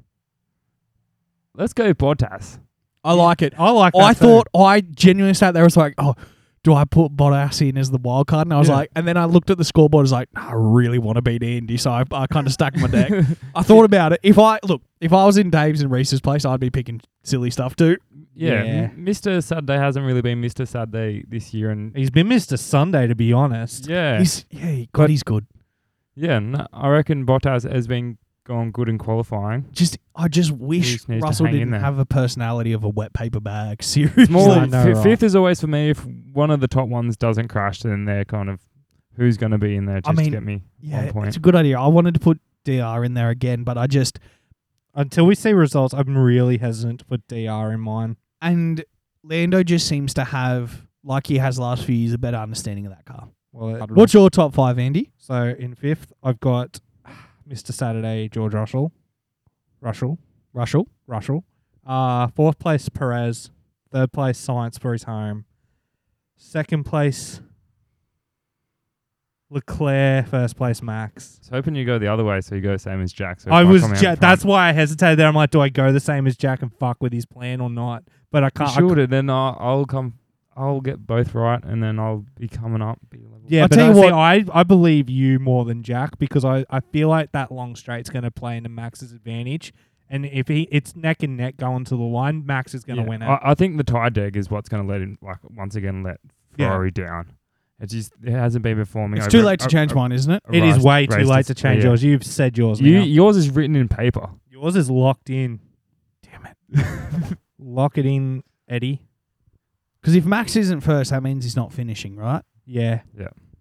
[SPEAKER 2] let's go Bottas.
[SPEAKER 1] I like it.
[SPEAKER 3] I like that.
[SPEAKER 1] Oh, I
[SPEAKER 3] too.
[SPEAKER 1] thought I genuinely sat there. I was like, oh, do I put Bottas in as the wild card? And I was
[SPEAKER 2] Yeah.
[SPEAKER 1] like, and then I looked at the scoreboard. I was like, I really want to beat Andy, so I, I kind of stacked my deck. I thought about it. If I look, if I was in Dave's and Reese's place, I'd be picking silly stuff too.
[SPEAKER 2] Yeah,
[SPEAKER 3] Yeah.
[SPEAKER 2] m- Mr. Saturday hasn't really been Mr. Saturday this year, and
[SPEAKER 3] He's been Mr. Sunday, to be honest.
[SPEAKER 2] yeah,
[SPEAKER 1] He's yeah, he- God, he's good.
[SPEAKER 2] yeah, no, I reckon Bottas has been going good in qualifying.
[SPEAKER 1] Just I just
[SPEAKER 2] He
[SPEAKER 1] wish
[SPEAKER 2] just needs to
[SPEAKER 1] Russell
[SPEAKER 2] hang in
[SPEAKER 1] didn't
[SPEAKER 2] there.
[SPEAKER 1] have a personality of a wet paper bag. Seriously,
[SPEAKER 2] More
[SPEAKER 3] I know,
[SPEAKER 2] f-
[SPEAKER 3] right.
[SPEAKER 2] fifth is always for me. If one of the top ones doesn't crash, then they're kind of who's going to be in there just
[SPEAKER 1] I
[SPEAKER 2] to
[SPEAKER 1] mean,
[SPEAKER 2] get me
[SPEAKER 1] yeah,
[SPEAKER 2] one point.
[SPEAKER 1] it's a good idea. I wanted to put Dr in there again, but I just
[SPEAKER 3] Until we see results, I'm really hesitant to put DR in mine.
[SPEAKER 1] and Lando just seems to have like he has the last few years a better understanding of that car.
[SPEAKER 3] Well, it-
[SPEAKER 1] What's your top five, Andy?
[SPEAKER 3] So in fifth, I've got Mr. Saturday, George Russell. Russell.
[SPEAKER 1] Russell,
[SPEAKER 3] Russell. Uh, fourth place, Perez. Third place, Science for his home. Second place, Leclerc. First place, Max.
[SPEAKER 2] I was hoping you go the other way, so you go same as Jack. So
[SPEAKER 3] I
[SPEAKER 2] if
[SPEAKER 3] was
[SPEAKER 2] come out
[SPEAKER 3] ja-
[SPEAKER 2] in
[SPEAKER 3] that's
[SPEAKER 2] front,
[SPEAKER 3] why I hesitated there. I'm like, do I go the same as Jack and fuck with his plan or not? But I can't. I
[SPEAKER 2] you
[SPEAKER 3] c-
[SPEAKER 2] should, and then I'll, I'll come. I'll get both right, and then I'll be coming up. Be level.
[SPEAKER 3] yeah,
[SPEAKER 1] I'll
[SPEAKER 3] but
[SPEAKER 1] tell you
[SPEAKER 3] I see,
[SPEAKER 1] what-
[SPEAKER 3] I, I believe you more than Jack because I, I feel like that long straight's going to play into Max's advantage. And if he it's neck and neck going to the line, Max is going to
[SPEAKER 2] Yeah.
[SPEAKER 3] win it.
[SPEAKER 2] I, I think the tie deg is what's going to let him like once again let
[SPEAKER 3] Yeah.
[SPEAKER 2] Ferrari down. It just it hasn't been performing.
[SPEAKER 1] it's
[SPEAKER 2] over
[SPEAKER 1] too
[SPEAKER 2] a-
[SPEAKER 1] late to
[SPEAKER 2] a-
[SPEAKER 1] change
[SPEAKER 2] a-
[SPEAKER 1] mine, isn't it?
[SPEAKER 2] a
[SPEAKER 3] It is
[SPEAKER 2] race-
[SPEAKER 3] way too
[SPEAKER 2] race
[SPEAKER 3] late
[SPEAKER 2] dis-
[SPEAKER 3] to change
[SPEAKER 2] yeah.
[SPEAKER 3] yours. You've said yours.
[SPEAKER 2] You,
[SPEAKER 3] now.
[SPEAKER 2] yours is written in paper.
[SPEAKER 3] Yours is locked in.
[SPEAKER 1] Damn it!
[SPEAKER 3] Lock it in, Eddie.
[SPEAKER 1] Because if Max isn't first, that means he's not finishing, right?
[SPEAKER 3] Yeah.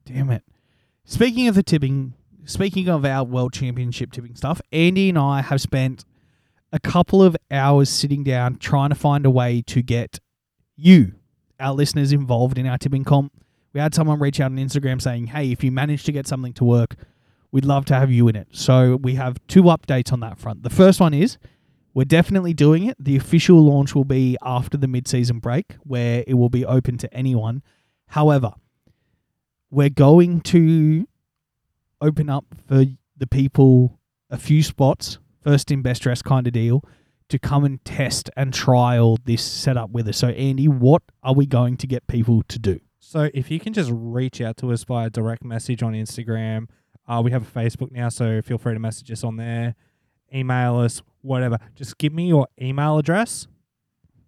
[SPEAKER 1] Damn it. Speaking of the tipping, speaking of our world championship tipping stuff, Andy and I have spent a couple of hours sitting down trying to find a way to get you, our listeners, involved in our tipping comp. We had someone reach out on Instagram saying, hey, if you manage to get something to work, we'd love to have you in it. So we have two updates on that front. The first one is we're definitely doing it. The official launch will be after the mid season break, where it will be open to anyone. However, we're going to open up for the people a few spots, first in best dress kind of deal, to come and test and trial this setup with us. So, Andy, what are we going to get people to do?
[SPEAKER 3] So if you can just reach out to us via direct message on Instagram, uh, we have a Facebook now, so feel free to message us on there, email us, whatever. Just give me your email address,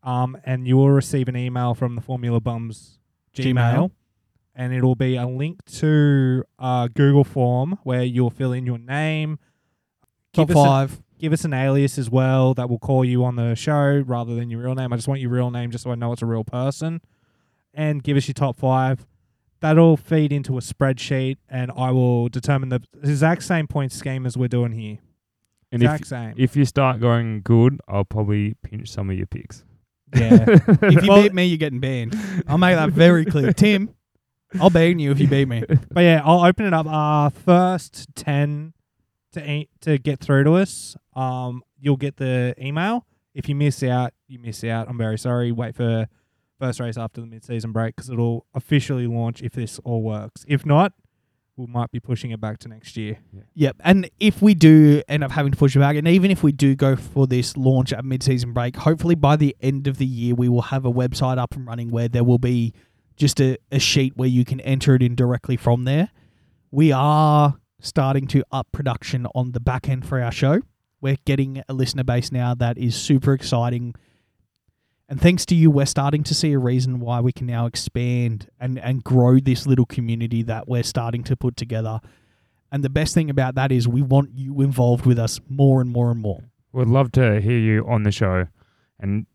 [SPEAKER 3] um, and you will receive an email from the Formula Bums Gmail,
[SPEAKER 1] Gmail.
[SPEAKER 3] and it'll be a link to uh, Google form where you'll fill in your name.
[SPEAKER 1] Top
[SPEAKER 3] give us a-
[SPEAKER 1] five.
[SPEAKER 3] give us an alias as well that will call you on the show rather than your real name. I just want your real name just so I know it's a real person. And give us your top five. That'll feed into a spreadsheet and I will determine the exact same point scheme as we're doing here.
[SPEAKER 2] And
[SPEAKER 3] exact
[SPEAKER 2] if
[SPEAKER 3] same.
[SPEAKER 2] if you start going good, I'll probably pinch some of your picks.
[SPEAKER 3] yeah.
[SPEAKER 1] If you
[SPEAKER 3] Well-
[SPEAKER 1] beat me, you're getting banned. I'll make that very clear. Tim, I'll ban you if you beat me.
[SPEAKER 3] but yeah, I'll open it up. Uh, first ten to e- to get through to us, um, you'll get the email. If you miss out, you miss out. I'm very sorry. Wait for first race after the mid-season break because it'll officially launch if this all works. If not, we might be pushing it back to next year.
[SPEAKER 1] Yep. And if we do end up having to push it back, and even if we do go for this launch at mid season break, hopefully by the end of the year, we will have a website up and running where there will be just a, a sheet where you can enter it in directly from there. We are starting to up production on the back end for our show. We're getting a listener base now that is super exciting. And thanks to you, we're starting to see a reason why we can now expand and, and grow this little community that we're starting to put together. And the best thing about that is we want you involved with us more and more and more.
[SPEAKER 2] Would love to hear you on the show and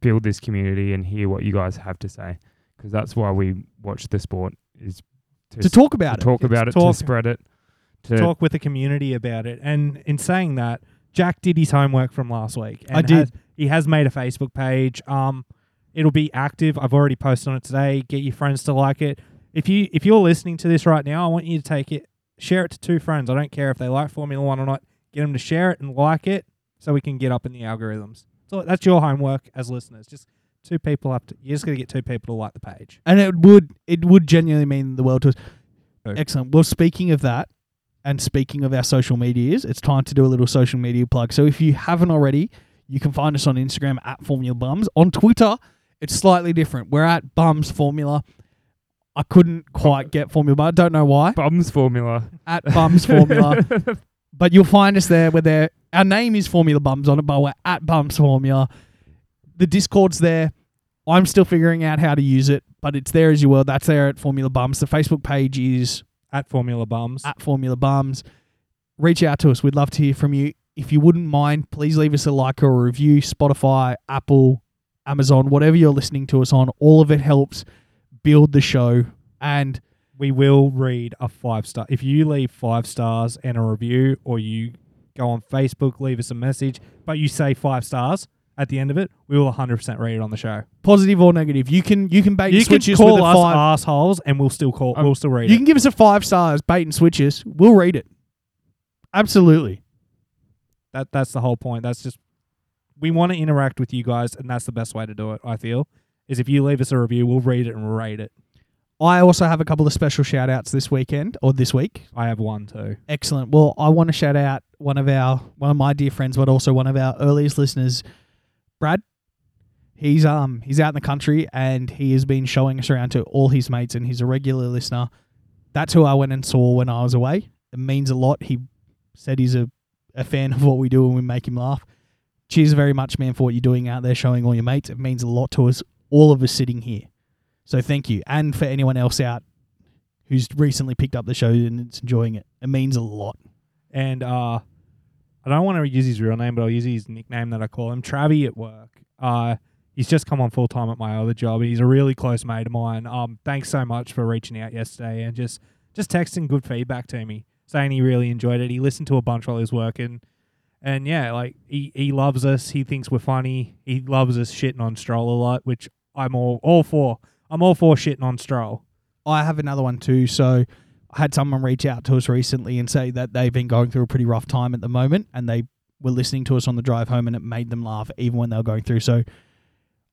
[SPEAKER 2] build this community and hear what you guys have to say because that's why we watch the sport is to,
[SPEAKER 1] To
[SPEAKER 2] s-
[SPEAKER 1] talk about
[SPEAKER 2] to
[SPEAKER 1] it.
[SPEAKER 2] talk about
[SPEAKER 3] to
[SPEAKER 2] it,
[SPEAKER 3] talk.
[SPEAKER 2] to spread it, to
[SPEAKER 3] Talk with the community about it. And in saying that, Jack did his homework from last week. And
[SPEAKER 1] I did.
[SPEAKER 3] has- he has made a Facebook page. Um, it'll be active. I've already posted on it today. Get your friends to like it. If you if you're listening to this right now, I want you to take it, share it to two friends. I don't care if they like Formula One or not. Get them to share it and like it, so we can get up in the algorithms. So that's your homework as listeners. Just two people up. To, you're just gonna get two people to like the page.
[SPEAKER 1] and it would it would genuinely mean the world to us.
[SPEAKER 3] Oh.
[SPEAKER 1] Excellent. Well, speaking of that, and speaking of our social medias, it's time to do a little social media plug. So if you haven't already, you can find us on Instagram at Formula Bums. On Twitter, it's slightly different. We're at Bums Formula. I couldn't quite get Formula, but I don't know why.
[SPEAKER 2] Bums formula.
[SPEAKER 1] At Bums Formula. But you'll find us there. We're there. Our name is Formula Bums on it, but we're at Bums Formula. The Discord's there. I'm still figuring out how to use it, but it's there as you will. That's there at Formula Bums. The Facebook page is
[SPEAKER 3] At Formula Bums.
[SPEAKER 1] at Formula Bums. Reach out to us. We'd love to hear from you. If you wouldn't mind, please leave us a like or a review. Spotify, Apple, Amazon, whatever you're listening to us on, all of it helps build the show. And
[SPEAKER 3] we will read a five star. If you leave five stars and a review, or you go on Facebook, leave us a message, but you say five stars at the end of it, we will 100% read it on the show.
[SPEAKER 1] positive or negative, you can you can bait
[SPEAKER 3] You
[SPEAKER 1] and
[SPEAKER 3] can
[SPEAKER 1] switch this with
[SPEAKER 3] call
[SPEAKER 1] a
[SPEAKER 3] us
[SPEAKER 1] five.
[SPEAKER 3] assholes, and we'll still call.
[SPEAKER 2] Um,
[SPEAKER 3] we'll still read
[SPEAKER 1] You
[SPEAKER 3] it.
[SPEAKER 1] can give us a five stars, bait and switches. We'll read it. Absolutely.
[SPEAKER 3] That that's the whole point. That's just we want to interact with you guys, and that's the best way to do it. I feel is if you leave us a review, we'll read it and rate it.
[SPEAKER 1] I also have a couple of special shout outs this weekend or this week.
[SPEAKER 3] I have one too.
[SPEAKER 1] Excellent. Well, I want to shout out one of our one of my dear friends, but also one of our earliest listeners, Brad. He's um he's out in the country and he has been showing us around to all his mates and he's a regular listener. That's who I went and saw when I was away. It means a lot. He said he's a, a fan of what we do and we make him laugh. Cheers very much, man, for what you're doing out there, showing all your mates. It means a lot to us, all of us sitting here. So thank you. And for anyone else out who's recently picked up the show and is enjoying it. It means a lot.
[SPEAKER 3] and uh, I don't want to use his real name, but I'll use his nickname that I call him, Travie at work. Uh, he's just come on full time at my other job. He's a really close mate of mine. Um, thanks so much for reaching out yesterday and just just texting good feedback to me, saying he really enjoyed it. He listened to a bunch while he was working, and yeah, like he he loves us. He thinks we're funny. He loves us shitting on Stroll a lot, which I'm all all for. I'm all for shitting on Stroll.
[SPEAKER 1] I have another one too. So I had someone reach out to us recently and say that they've been going through a pretty rough time at the moment and they were listening to us on the drive home and it made them laugh even when they were going through. So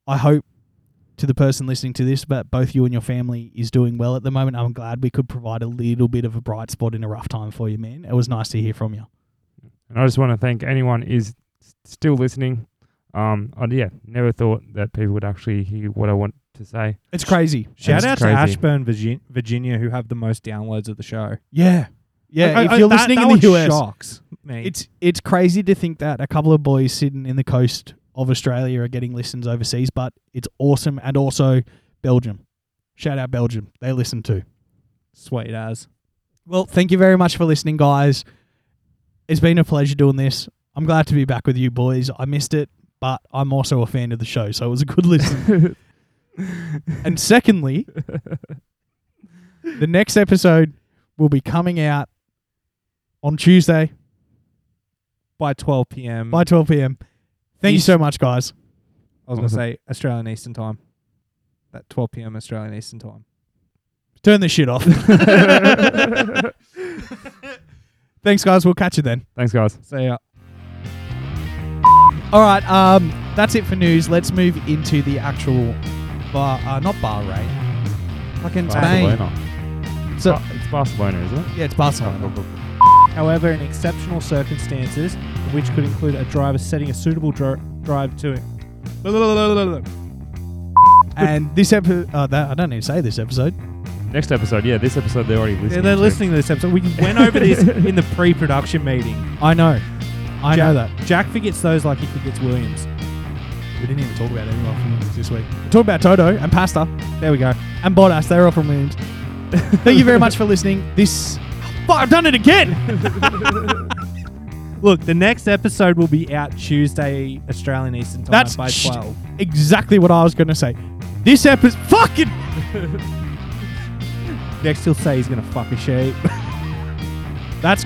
[SPEAKER 1] I hope to the person listening to this, but both you and your family is doing well at the moment. I'm glad we could provide a little bit of a bright spot in a rough time for you, man. It was nice to hear from you.
[SPEAKER 2] And I just want to thank anyone is s- still listening. Um, I, yeah, never thought that people would actually hear what I want to say.
[SPEAKER 1] It's crazy.
[SPEAKER 3] Shout
[SPEAKER 2] That's
[SPEAKER 3] out
[SPEAKER 2] crazy.
[SPEAKER 3] to Ashburn, Virgin- Virginia, who have the most downloads of the show.
[SPEAKER 1] Yeah. Yeah.
[SPEAKER 3] I-
[SPEAKER 1] if
[SPEAKER 3] I-
[SPEAKER 1] you're
[SPEAKER 3] that-
[SPEAKER 1] listening
[SPEAKER 3] that
[SPEAKER 1] in the
[SPEAKER 3] one
[SPEAKER 1] US,
[SPEAKER 3] shocks me.
[SPEAKER 1] It's it's crazy to think that a couple of boys sitting in the coast of Australia are getting listens overseas, but it's awesome. And also Belgium. Shout out Belgium. They listen too.
[SPEAKER 3] sweet as.
[SPEAKER 1] Well, thank you very much for listening, guys. It's been a pleasure doing this. I'm glad to be back with you boys. I missed it, but I'm also a fan of the show, so it was a good listen. and secondly, the next episode will be coming out on Tuesday
[SPEAKER 3] By 12 p.m.
[SPEAKER 1] by 12 p.m. Thank you
[SPEAKER 3] Mm. Yes.
[SPEAKER 1] so much, guys.
[SPEAKER 3] I was going to say Australian Eastern Time. That 12 p.m. Australian Eastern Time.
[SPEAKER 1] Turn this shit off. Thanks, guys. We'll catch you then.
[SPEAKER 2] Thanks, guys.
[SPEAKER 3] So yeah,
[SPEAKER 1] All right. Um, that's it for news. Let's move into the actual bar, uh, not Bahrain. Fucking Spain.
[SPEAKER 2] Barcelona.
[SPEAKER 1] So-
[SPEAKER 2] Ba- it's Barcelona, is it?
[SPEAKER 1] Yeah, it's Barcelona.
[SPEAKER 3] However, in exceptional circumstances, which could include a driver setting a suitable dri- drive to it.
[SPEAKER 1] And this episode, uh, that, I don't need to say this episode.
[SPEAKER 2] Next episode, yeah. This episode, they're already listening.
[SPEAKER 3] Yeah, they're
[SPEAKER 2] to.
[SPEAKER 3] listening to this episode. We went over this in the pre-production meeting.
[SPEAKER 1] I know. I
[SPEAKER 3] Jack,
[SPEAKER 1] know that.
[SPEAKER 3] Jack forgets those like he forgets Williams.
[SPEAKER 1] We didn't even talk about anyone from Williams this week. We talked about Toto and Pasta
[SPEAKER 3] There we go.
[SPEAKER 1] and Bottas. They're all from Williams. Thank you very much for listening. This. oh, Fuck, I've done it again!
[SPEAKER 3] Look, the next episode will be out Tuesday Australian Eastern Time
[SPEAKER 1] That's
[SPEAKER 3] by
[SPEAKER 1] sh-
[SPEAKER 3] 12.
[SPEAKER 1] exactly what I was going to say. This episode. Fucking.
[SPEAKER 3] Next, he'll say he's gonna fuck a sheep.
[SPEAKER 1] That's